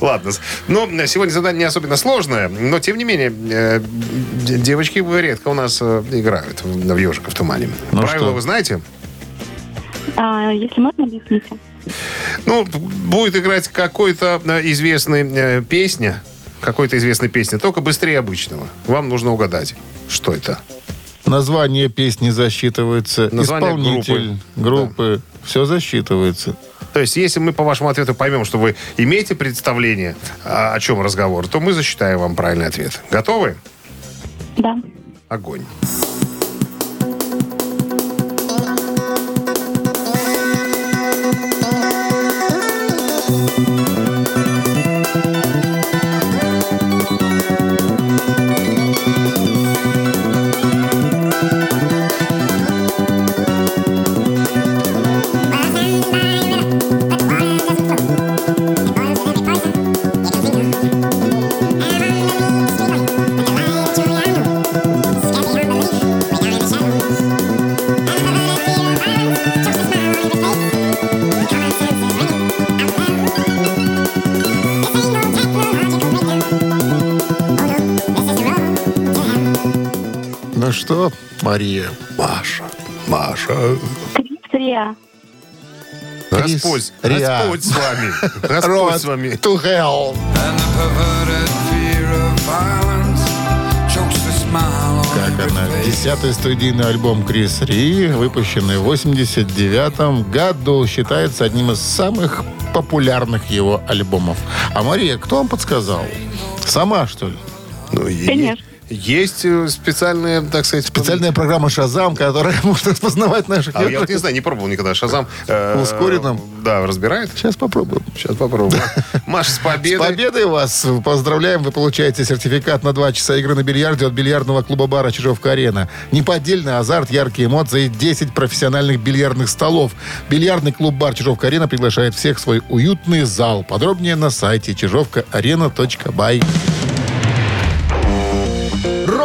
Speaker 3: Ладно. Ну, сегодня задание не особенно сложное, но тем не менее, э, д- девочки редко у нас э, играют в в ежика в тумане.
Speaker 2: Ну
Speaker 3: Правила
Speaker 2: что?
Speaker 3: вы знаете?
Speaker 8: А, если можно, объясните.
Speaker 3: Ну, будет играть какой-то э, известный э, песня, какой-то известной песни, только быстрее обычного. Вам нужно угадать, что это.
Speaker 2: Название песни засчитывается.
Speaker 3: Название
Speaker 2: Исполнитель, группы. Все засчитывается.
Speaker 3: То есть, если мы по вашему ответу поймем, что вы имеете представление, а, о чем разговор, то мы засчитаем вам правильный ответ. Готовы?
Speaker 8: Да.
Speaker 3: Огонь.
Speaker 2: Ну что, Мария?
Speaker 3: Маша. Маша.
Speaker 8: Крис Риа.
Speaker 2: Крис
Speaker 3: Господь,
Speaker 2: Риа.
Speaker 3: Господь с вами. Господь с вами.
Speaker 2: To hell. Как она? Десятый студийный альбом Крис Ри, выпущенный в 89 году, считается одним из самых популярных его альбомов. А Мария, кто вам подсказал? Сама, что ли?
Speaker 3: Ну, и-
Speaker 8: Конечно.
Speaker 3: Есть э, специальные, так сказать...
Speaker 2: Специальная программа «Шазам», которая может распознавать наших
Speaker 3: А я вот не
Speaker 2: ежиков.
Speaker 3: знаю, не пробовал никогда. Шазам... э,
Speaker 2: Ускоренном?
Speaker 3: Да, разбирает.
Speaker 2: Сейчас попробуем.
Speaker 3: Сейчас попробуем. Маша, с
Speaker 2: С
Speaker 3: победой.
Speaker 2: победой вас! Поздравляем! Вы получаете сертификат на 2 часа игры на бильярде от бильярдного клуба-бара «Чижовка-арена». Неподдельный азарт, яркие эмоции, 10 профессиональных бильярдных столов. Бильярдный клуб-бар «Чижовка-арена» приглашает всех в свой уютный зал. Подробнее на сайте чижовка-арена.бай.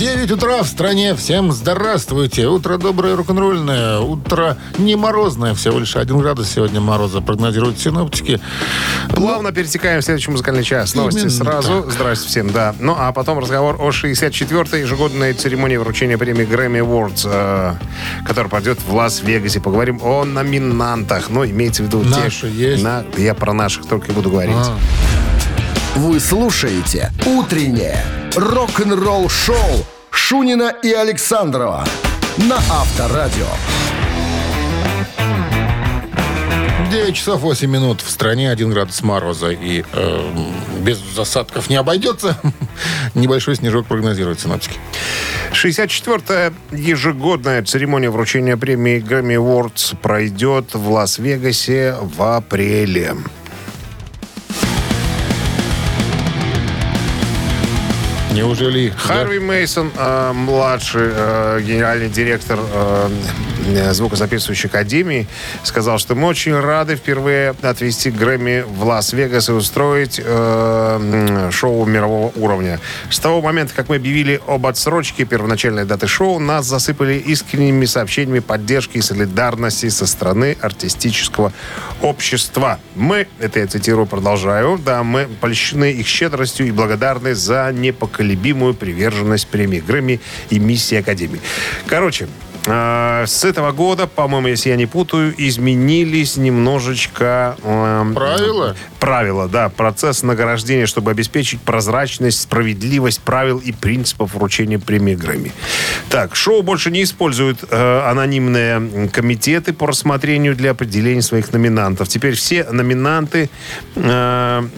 Speaker 2: 9 утра в стране. Всем здравствуйте. Утро доброе, рок-н-ролльное. Утро не морозное. Всего лишь 1 градус сегодня мороза прогнозируют синоптики.
Speaker 3: Плавно перетекаем в следующий музыкальный час. Новости
Speaker 2: Ну. Именно
Speaker 3: сразу.
Speaker 2: так.
Speaker 3: Здрасте всем, да. Ну, а потом разговор о 64-й ежегодной церемонии вручения премии Грэмми Awards, э, которая пройдет в Лас-Вегасе. Поговорим о номинантах. Ну, имеется в виду те-
Speaker 2: Наши есть? А.
Speaker 3: На- я про наших только и буду говорить.
Speaker 1: Вы слушаете «Утреннее рок-н-ролл-шоу» Шунина и Александрова на Авторадио.
Speaker 2: 9 часов 8 минут. В стране 1 градус мороза. И эм, без засадков не обойдется. Небольшой снежок прогнозирует синоптики.
Speaker 3: 64-я ежегодная церемония вручения премии Грэмми Awards пройдет в Лас-Вегасе в апреле.
Speaker 2: Неужели их туда-
Speaker 3: Харви Мейсон, младший э, генеральный директор э, э, звукозаписывающей академии, сказал, что мы очень рады впервые отвезти Грэмми в Лас-Вегас и устроить э, м, шоу мирового уровня. С того момента, как мы объявили об отсрочке первоначальной даты шоу, нас засыпали искренними сообщениями поддержки и солидарности со стороны артистического общества. Мы, это я цитирую, продолжаю, да, мы польщены их щедростью и благодарны за непоколебимую приверженность премии Грэмми и миссии Академии. Короче, э, с этого года, по-моему, если я не путаю, изменились немножечко... эм,
Speaker 2: Правила?
Speaker 3: Правила, да. Процесс награждения, чтобы обеспечить прозрачность, справедливость правил и принципов вручения премии Грэмми. Так, шоу больше не используют э, анонимные м, комитеты по рассмотрению для определения своих номинантов. Теперь все номинанты, э, м,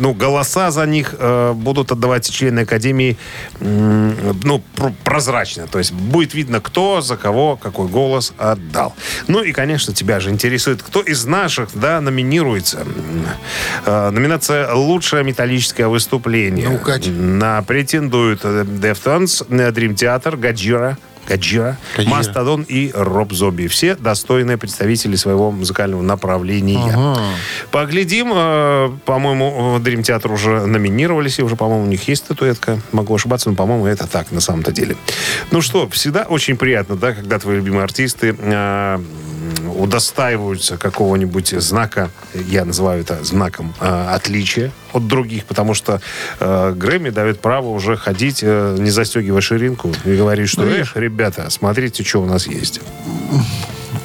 Speaker 3: ну, голоса за них э, будут отдавать члены Академии, м, ну, пр- прозрачно. То есть будет видно, кто за кого какой голос отдал. Ну и, конечно, тебя же интересует, кто из наших, да, номинируется. М, э, Номинация «Лучшее металлическое выступление».
Speaker 2: Ну, Кать.
Speaker 3: На претендуют э, Deftones, э, Dream Theater, Гаджира, Гаджира,
Speaker 2: Гаджира.
Speaker 3: Мастодон и Роб Зомби. Все достойные представители своего музыкального направления. Поглядим. э, По-моему, в Dream Theater уже номинировались, и уже, по-моему, у них есть статуэтка. Могу ошибаться, но, по-моему, это так на самом-то деле. Ну что, всегда очень приятно, да, когда твои любимые артисты э, удостаиваются какого-нибудь знака, я называю это знаком э, отличия от других, потому что э, Грэмми дает право уже ходить, э, не застегивая ширинку, и говорить, что, эх, ребята, смотрите, что у нас есть.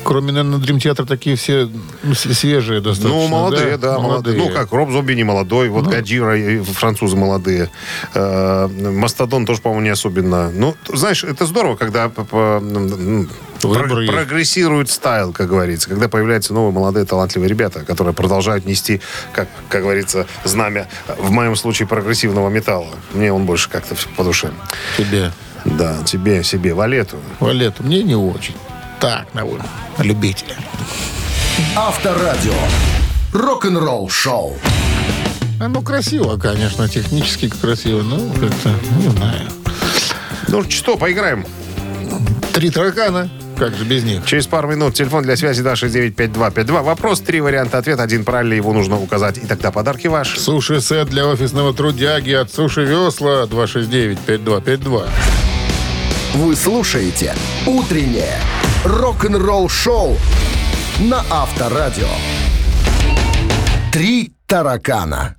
Speaker 2: Кроме, наверное, Dream Theater такие все ну, с- свежие достаточно.
Speaker 3: Ну, молодые, да, молодые. Ну, как, Роб Зомби не молодой, вот Гаджира и французы молодые. Э, Мастодон тоже, по-моему, не особенно. Ну, т- знаешь, это здорово, когда п- п- м,
Speaker 2: Выбор
Speaker 3: про-
Speaker 2: есть.
Speaker 3: прогрессирует стайл, как говорится, когда появляются новые молодые талантливые ребята, которые продолжают нести, как, как говорится, знамя, э, в моем случае, прогрессивного металла. Мне он больше как-то по душе.
Speaker 2: Тебе.
Speaker 3: Да, тебе, себе, валету.
Speaker 2: Валет, мне не очень. Так, на волю. На любителя.
Speaker 1: Авторадио. Рок-н-ролл шоу.
Speaker 2: А, Ну, красиво, конечно, технически красиво, но как-то, не знаю.
Speaker 3: Ну что, поиграем?
Speaker 2: Три таракана. Как же без них?
Speaker 3: Через пару минут телефон для связи 269-5252. Вопрос, три варианта ответа, один правильный, его нужно указать. И тогда подарки ваши.
Speaker 2: Суши-сет для офисного трудяги от Суши Весла 269-5252.
Speaker 1: Вы слушаете «Утреннее рок-н-ролл-шоу» на Авторадио. «Три таракана».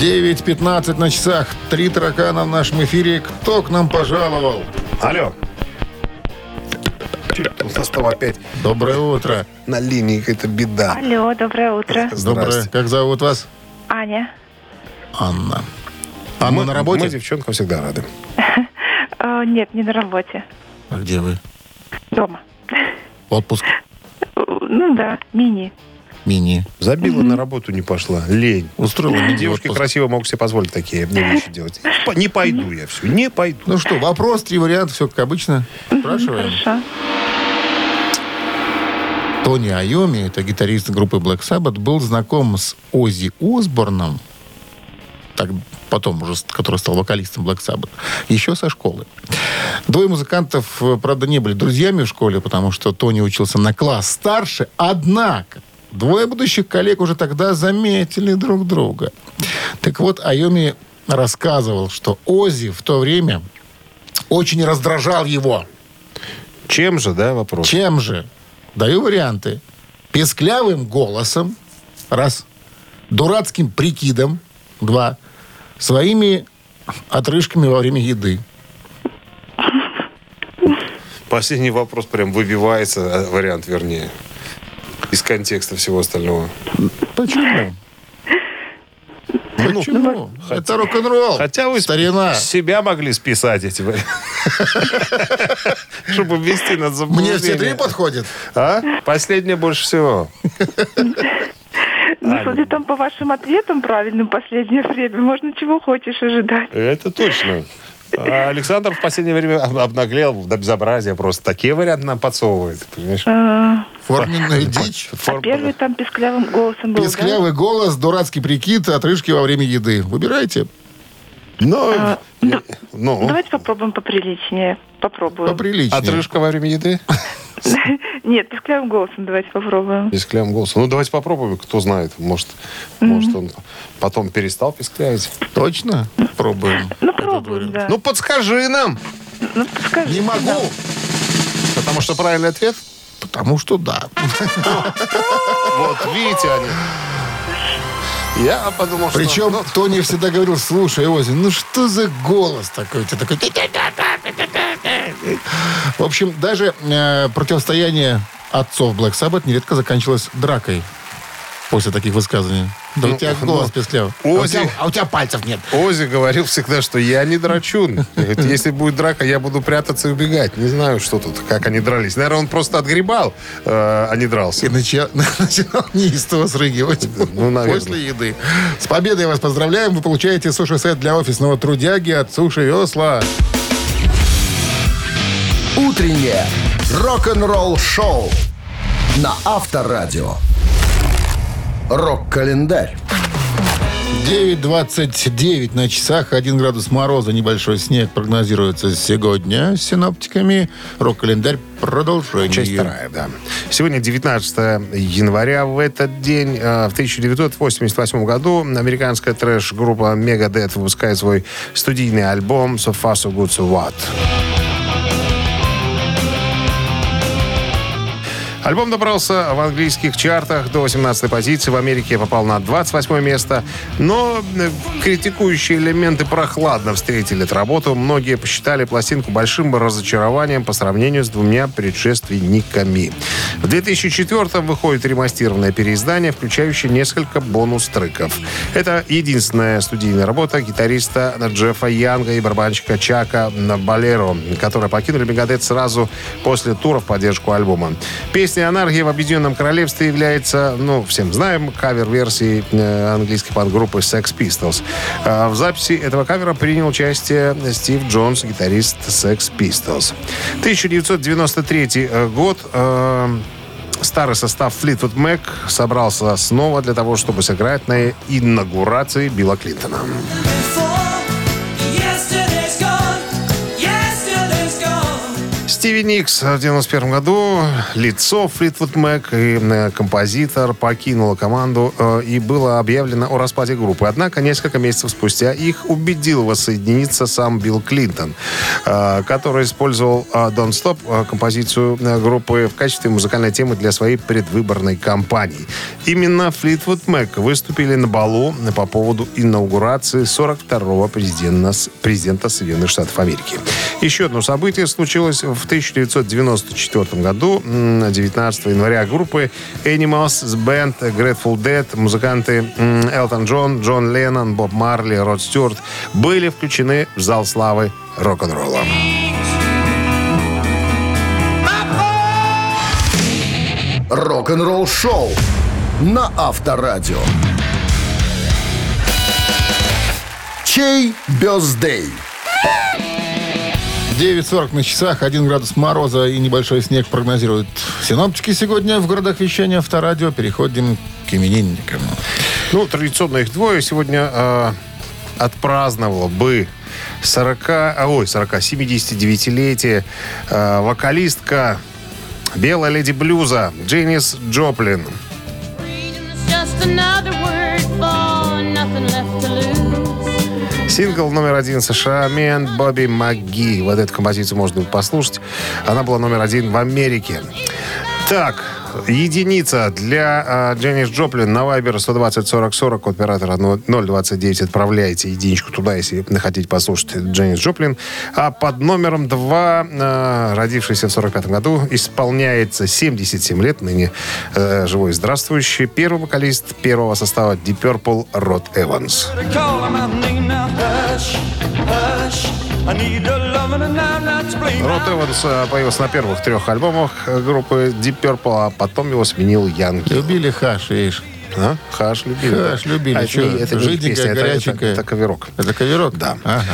Speaker 2: 9.15 на часах. Три таракана в нашем эфире. Кто к нам пожаловал?
Speaker 3: Алло. Состав опять
Speaker 2: Доброе утро.
Speaker 3: на линии, какая-то беда.
Speaker 9: Алло, доброе утро.
Speaker 2: Доброе. Как зовут вас?
Speaker 9: Аня.
Speaker 2: Анна. Анна
Speaker 3: Мы-
Speaker 2: на работе?
Speaker 3: Мы девчонкам всегда рады.
Speaker 9: Э, нет, не на работе.
Speaker 2: А где вы?
Speaker 9: Дома.
Speaker 2: Отпуск.
Speaker 9: Э, Ну да, мини.
Speaker 2: Мини.
Speaker 3: Забила на работу, не пошла. Лень.
Speaker 2: Устроила мини
Speaker 3: Девушки
Speaker 2: отпуск.
Speaker 3: красиво могут себе позволить такие мне вещи делать. Ну, По- Не пойду я все, не пойду.
Speaker 2: Ну что, вопрос, три варианта, все как обычно. Спрашиваем.
Speaker 9: Хорошо.
Speaker 2: Тони Айоми, это гитарист группы Black Sabbath, был знаком с Оззи Осборном, так, потом уже, с- который стал вокалистом Black Sabbath, еще со школы. Двое музыкантов, э, правда, не были друзьями в школе, потому что Тони учился на класс старше, однако двое будущих коллег уже тогда заметили друг друга. Так вот, Айоми рассказывал, что Оззи в то время очень раздражал его.
Speaker 3: Чем же, да, вопрос?
Speaker 2: Чем же? Даю варианты. Песклявым голосом. Раз. Дурацким прикидом. Два. Своими отрыжками во время еды.
Speaker 3: Последний вопрос прям выбивается, э, вариант вернее, из контекста всего остального.
Speaker 2: Почему? Почему? Это рок-н-ролл.
Speaker 3: Хотя вы
Speaker 2: Старина.
Speaker 3: с себя могли списать эти варианты. Чтобы ввести нас в
Speaker 2: Мне
Speaker 3: заблуждение.
Speaker 2: все три подходят.
Speaker 3: А? Последнее больше всего.
Speaker 9: Ну, судя там по вашим ответам правильным в последнее время, можно чего хочешь ожидать.
Speaker 3: Это точно. А Александр в последнее время об- обнаглел до безобразия. Просто такие варианты нам подсовывает. Понимаешь?
Speaker 9: А,
Speaker 2: Форменная дичь.
Speaker 9: а первый там песклявым голосом был, Ну, да?
Speaker 2: Песклявый голос, дурацкий прикид, отрыжки во время еды. Выбирайте.
Speaker 3: Ну,
Speaker 9: А,
Speaker 3: я-
Speaker 9: да-
Speaker 3: ну,
Speaker 9: Давайте попробуем поприличнее. Попробуем.
Speaker 2: Поприличнее.
Speaker 3: отрыжка во время еды?
Speaker 9: Нет, песклявым голосом давайте попробуем.
Speaker 3: Писклявым голосом. Ну, давайте попробуем, кто знает. Может, может он потом перестал писклявить.
Speaker 2: Точно? Пробуем.
Speaker 9: Ну, пробуем, да.
Speaker 3: Ну, подскажи нам,
Speaker 9: Ну, подскажи.
Speaker 2: Не могу,
Speaker 3: потому что правильный ответ.
Speaker 2: потому что да.
Speaker 3: Вот, видите они. Я подумал, что...
Speaker 2: Причем Тони всегда говорил, слушай, Озин, ну что за голос такой? Ты такой... В общем, даже э, противостояние отцов Black Sabbath нередко заканчивалось дракой после таких высказываний. Да
Speaker 3: Ну,
Speaker 2: у тебя голос песклявый. А у
Speaker 3: Ози-
Speaker 2: тебя- А у тебя пальцев нет.
Speaker 3: Ози говорил всегда, что я не драчун. Говорит, Если будет драка, я буду прятаться и убегать. Не знаю, что тут, как они дрались. Наверное, он просто отгребал, э, а не дрался.
Speaker 2: И начи- начинал неистово срыгивать
Speaker 3: Ну, наверное.
Speaker 2: после еды. С победой вас поздравляем. Вы получаете суши-сет для офисного трудяги от Суши Весла.
Speaker 1: Утреннее рок-н-ролл-шоу на Авторадио. Рок-календарь.
Speaker 2: 9.29 на часах, 1 градус мороза, небольшой снег прогнозируется сегодня с синоптиками. Рок-календарь продолжение.
Speaker 3: Часть вторая, да. Сегодня 19 января. В этот день, э, в 1988 году, американская трэш-группа Megadeth выпускает свой студийный альбом «So Far So Good So What». Альбом добрался в английских чартах до 18 позиции. В Америке попал на 28 место. Но э, критикующие элементы прохладно встретили эту работу. Многие посчитали пластинку большим разочарованием по сравнению с двумя предшественниками. В 2004 выходит ремастированное переиздание, включающее несколько бонус-треков. Это единственная студийная работа гитариста Джеффа Янга и барабанщика Чака Балеро, которые покинули Мегадет сразу после тура в поддержку альбома. Песня «Анархия» в Объединенном Королевстве является, ну, всем знаем, кавер-версией э, английской панк-группы Sex Pistols. А В записи этого кавера принял участие Стив Джонс, гитарист Sex Pistols. 1993 год. э, Старый состав Fleetwood Mac собрался снова для того, чтобы сыграть на инаугурации Билла Клинтона. Стиви Никс в 91 году, лицо Флитвуд Мэг и э, композитор покинула команду э, и было объявлено о распаде группы. Однако несколько месяцев спустя их убедил воссоединиться сам Билл Клинтон, э, который использовал э, Don't Stop, э, композицию э, группы в качестве музыкальной темы для своей предвыборной кампании. Именно Флитвуд Мэг выступили на балу по поводу инаугурации 42-го президента, президента Соединенных Штатов Америки. Еще одно событие случилось в 1994 году, м, 19 января группы Animals с бенд Grateful Dead, музыканты м, Элтон Джон, Джон Леннон, Боб Марли, Род Стюарт были включены в зал славы рок-н-ролла.
Speaker 1: Рок-н-ролл-шоу на Авторадио. Чей бездей?
Speaker 2: 9.40 на часах, 1 градус мороза и небольшой снег прогнозируют синоптики сегодня в городах вещания авторадио. Переходим к именинникам.
Speaker 3: Ну, традиционно их двое. Сегодня э, отпраздновала бы 40, а, ой, 40, 79-летие э, вокалистка белая леди блюза Дженнис Джоплин. Сингл номер один США «Мен Бобби Маги». Вот эту композицию можно послушать. Она была номер один в Америке. Так, единица для э, Дженнис Джоплин на Viber 120 40 40 оператора 029. Отправляйте единичку туда, если хотите послушать Дженнис Джоплин. А под номером 2, э, родившийся в 45 году, исполняется 77 лет, ныне э, живой и здравствующий, первый вокалист первого состава Deep Purple Род Эванс.
Speaker 7: Hush, hush,
Speaker 3: Рот Эванс э, появился на первых трех альбомах э, группы Deep Purple, а потом его сменил Янги.
Speaker 2: Любили хаш, видишь.
Speaker 3: А? Хаш любили.
Speaker 2: Хаш
Speaker 3: да.
Speaker 2: любили.
Speaker 3: А это,
Speaker 2: чё?
Speaker 3: не- это не песня,
Speaker 2: Жиденькая,
Speaker 3: это- это-
Speaker 2: горяченькая.
Speaker 3: это коверок.
Speaker 2: Это коверок?
Speaker 3: Да.
Speaker 2: Ага.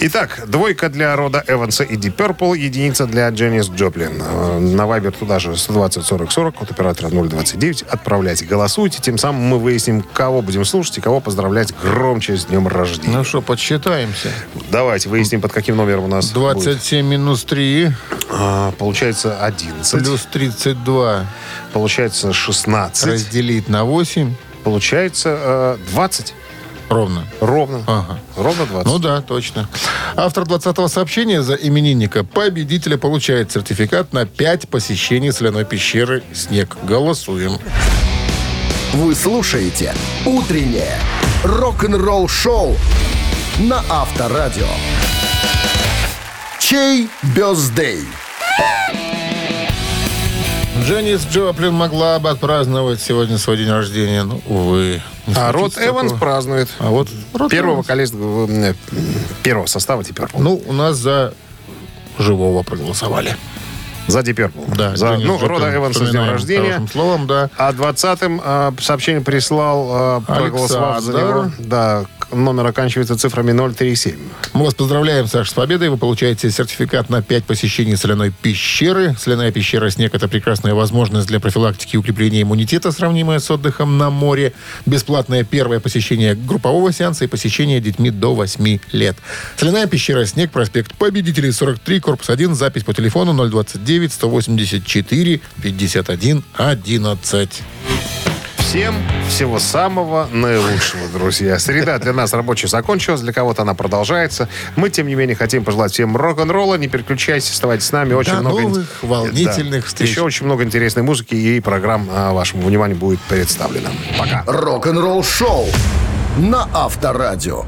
Speaker 3: Итак, двойка для Рода Эванса и Deep Purple, единица для Дженнис Джоплин. Э, На Вайбер туда же 120-40-40 от оператора 029. Отправляйте, голосуйте. Тем самым мы выясним, кого будем слушать и кого поздравлять громче с днем рождения.
Speaker 2: Ну что, подсчитаемся.
Speaker 3: Давайте выясним, под каким номером у нас будет.
Speaker 2: 27 минус 3
Speaker 3: А, получается 11.
Speaker 2: плюс 32
Speaker 3: Получается 16.
Speaker 2: разделить на 8
Speaker 3: Получается э, 20.
Speaker 2: ровно.
Speaker 3: Ровно.
Speaker 2: Ага.
Speaker 3: Ровно 20.
Speaker 2: А. Ну да, точно. Автор 20-го сообщения за именинника победителя получает сертификат на 5 посещений соляной пещеры «Снег». Голосуем.
Speaker 1: Вы слушаете «Утреннее рок-н-ролл-шоу» на Авторадио. Чей бездей?
Speaker 2: Дженнис Джоплин могла бы отпраздновать сегодня свой день рождения, но, увы. не
Speaker 3: а Род
Speaker 2: случится
Speaker 3: Эванс
Speaker 2: такого.
Speaker 3: празднует.
Speaker 2: А вот Род
Speaker 3: первого
Speaker 2: Эванс.
Speaker 3: колес... э, первого состава теперь.
Speaker 2: Ну, у нас за живого проголосовали.
Speaker 3: За Deep Purple.
Speaker 2: Да,
Speaker 3: За,
Speaker 2: Дженнис
Speaker 3: ну,
Speaker 2: Джоплин
Speaker 3: Рода Эванса с днем
Speaker 2: вспоминаем
Speaker 3: рождения.
Speaker 2: Хорошим словом, да.
Speaker 3: А 20-м э, сообщение прислал, э, проголосовав за
Speaker 2: Александр.
Speaker 3: него. Да, к- номер оканчивается цифрами 037.
Speaker 2: Мы вас поздравляем, Саша, с победой. Вы получаете сертификат на 5 посещений соляной пещеры. Соляная пещера «Снег» — это прекрасная возможность для профилактики и укрепления иммунитета, сравнимая с отдыхом на море. Бесплатное первое посещение группового сеанса и посещение детьми до 8 лет. Соляная пещера «Снег», проспект Победителей, 43, корпус 1, запись по телефону 029-184-51-11.
Speaker 3: Всем всего самого наилучшего, друзья. Среда для нас рабочая закончилась, для кого-то она продолжается. Мы, тем не менее, хотим пожелать всем рок-н-ролла. Не переключайтесь, оставайтесь с нами. Очень
Speaker 2: До
Speaker 3: много ин-
Speaker 2: новых волнительных встреч.
Speaker 3: Еще очень много интересной музыки и программ а, вашему вниманию будет представлено. Пока.
Speaker 1: Рок-н-ролл-шоу на Авторадио.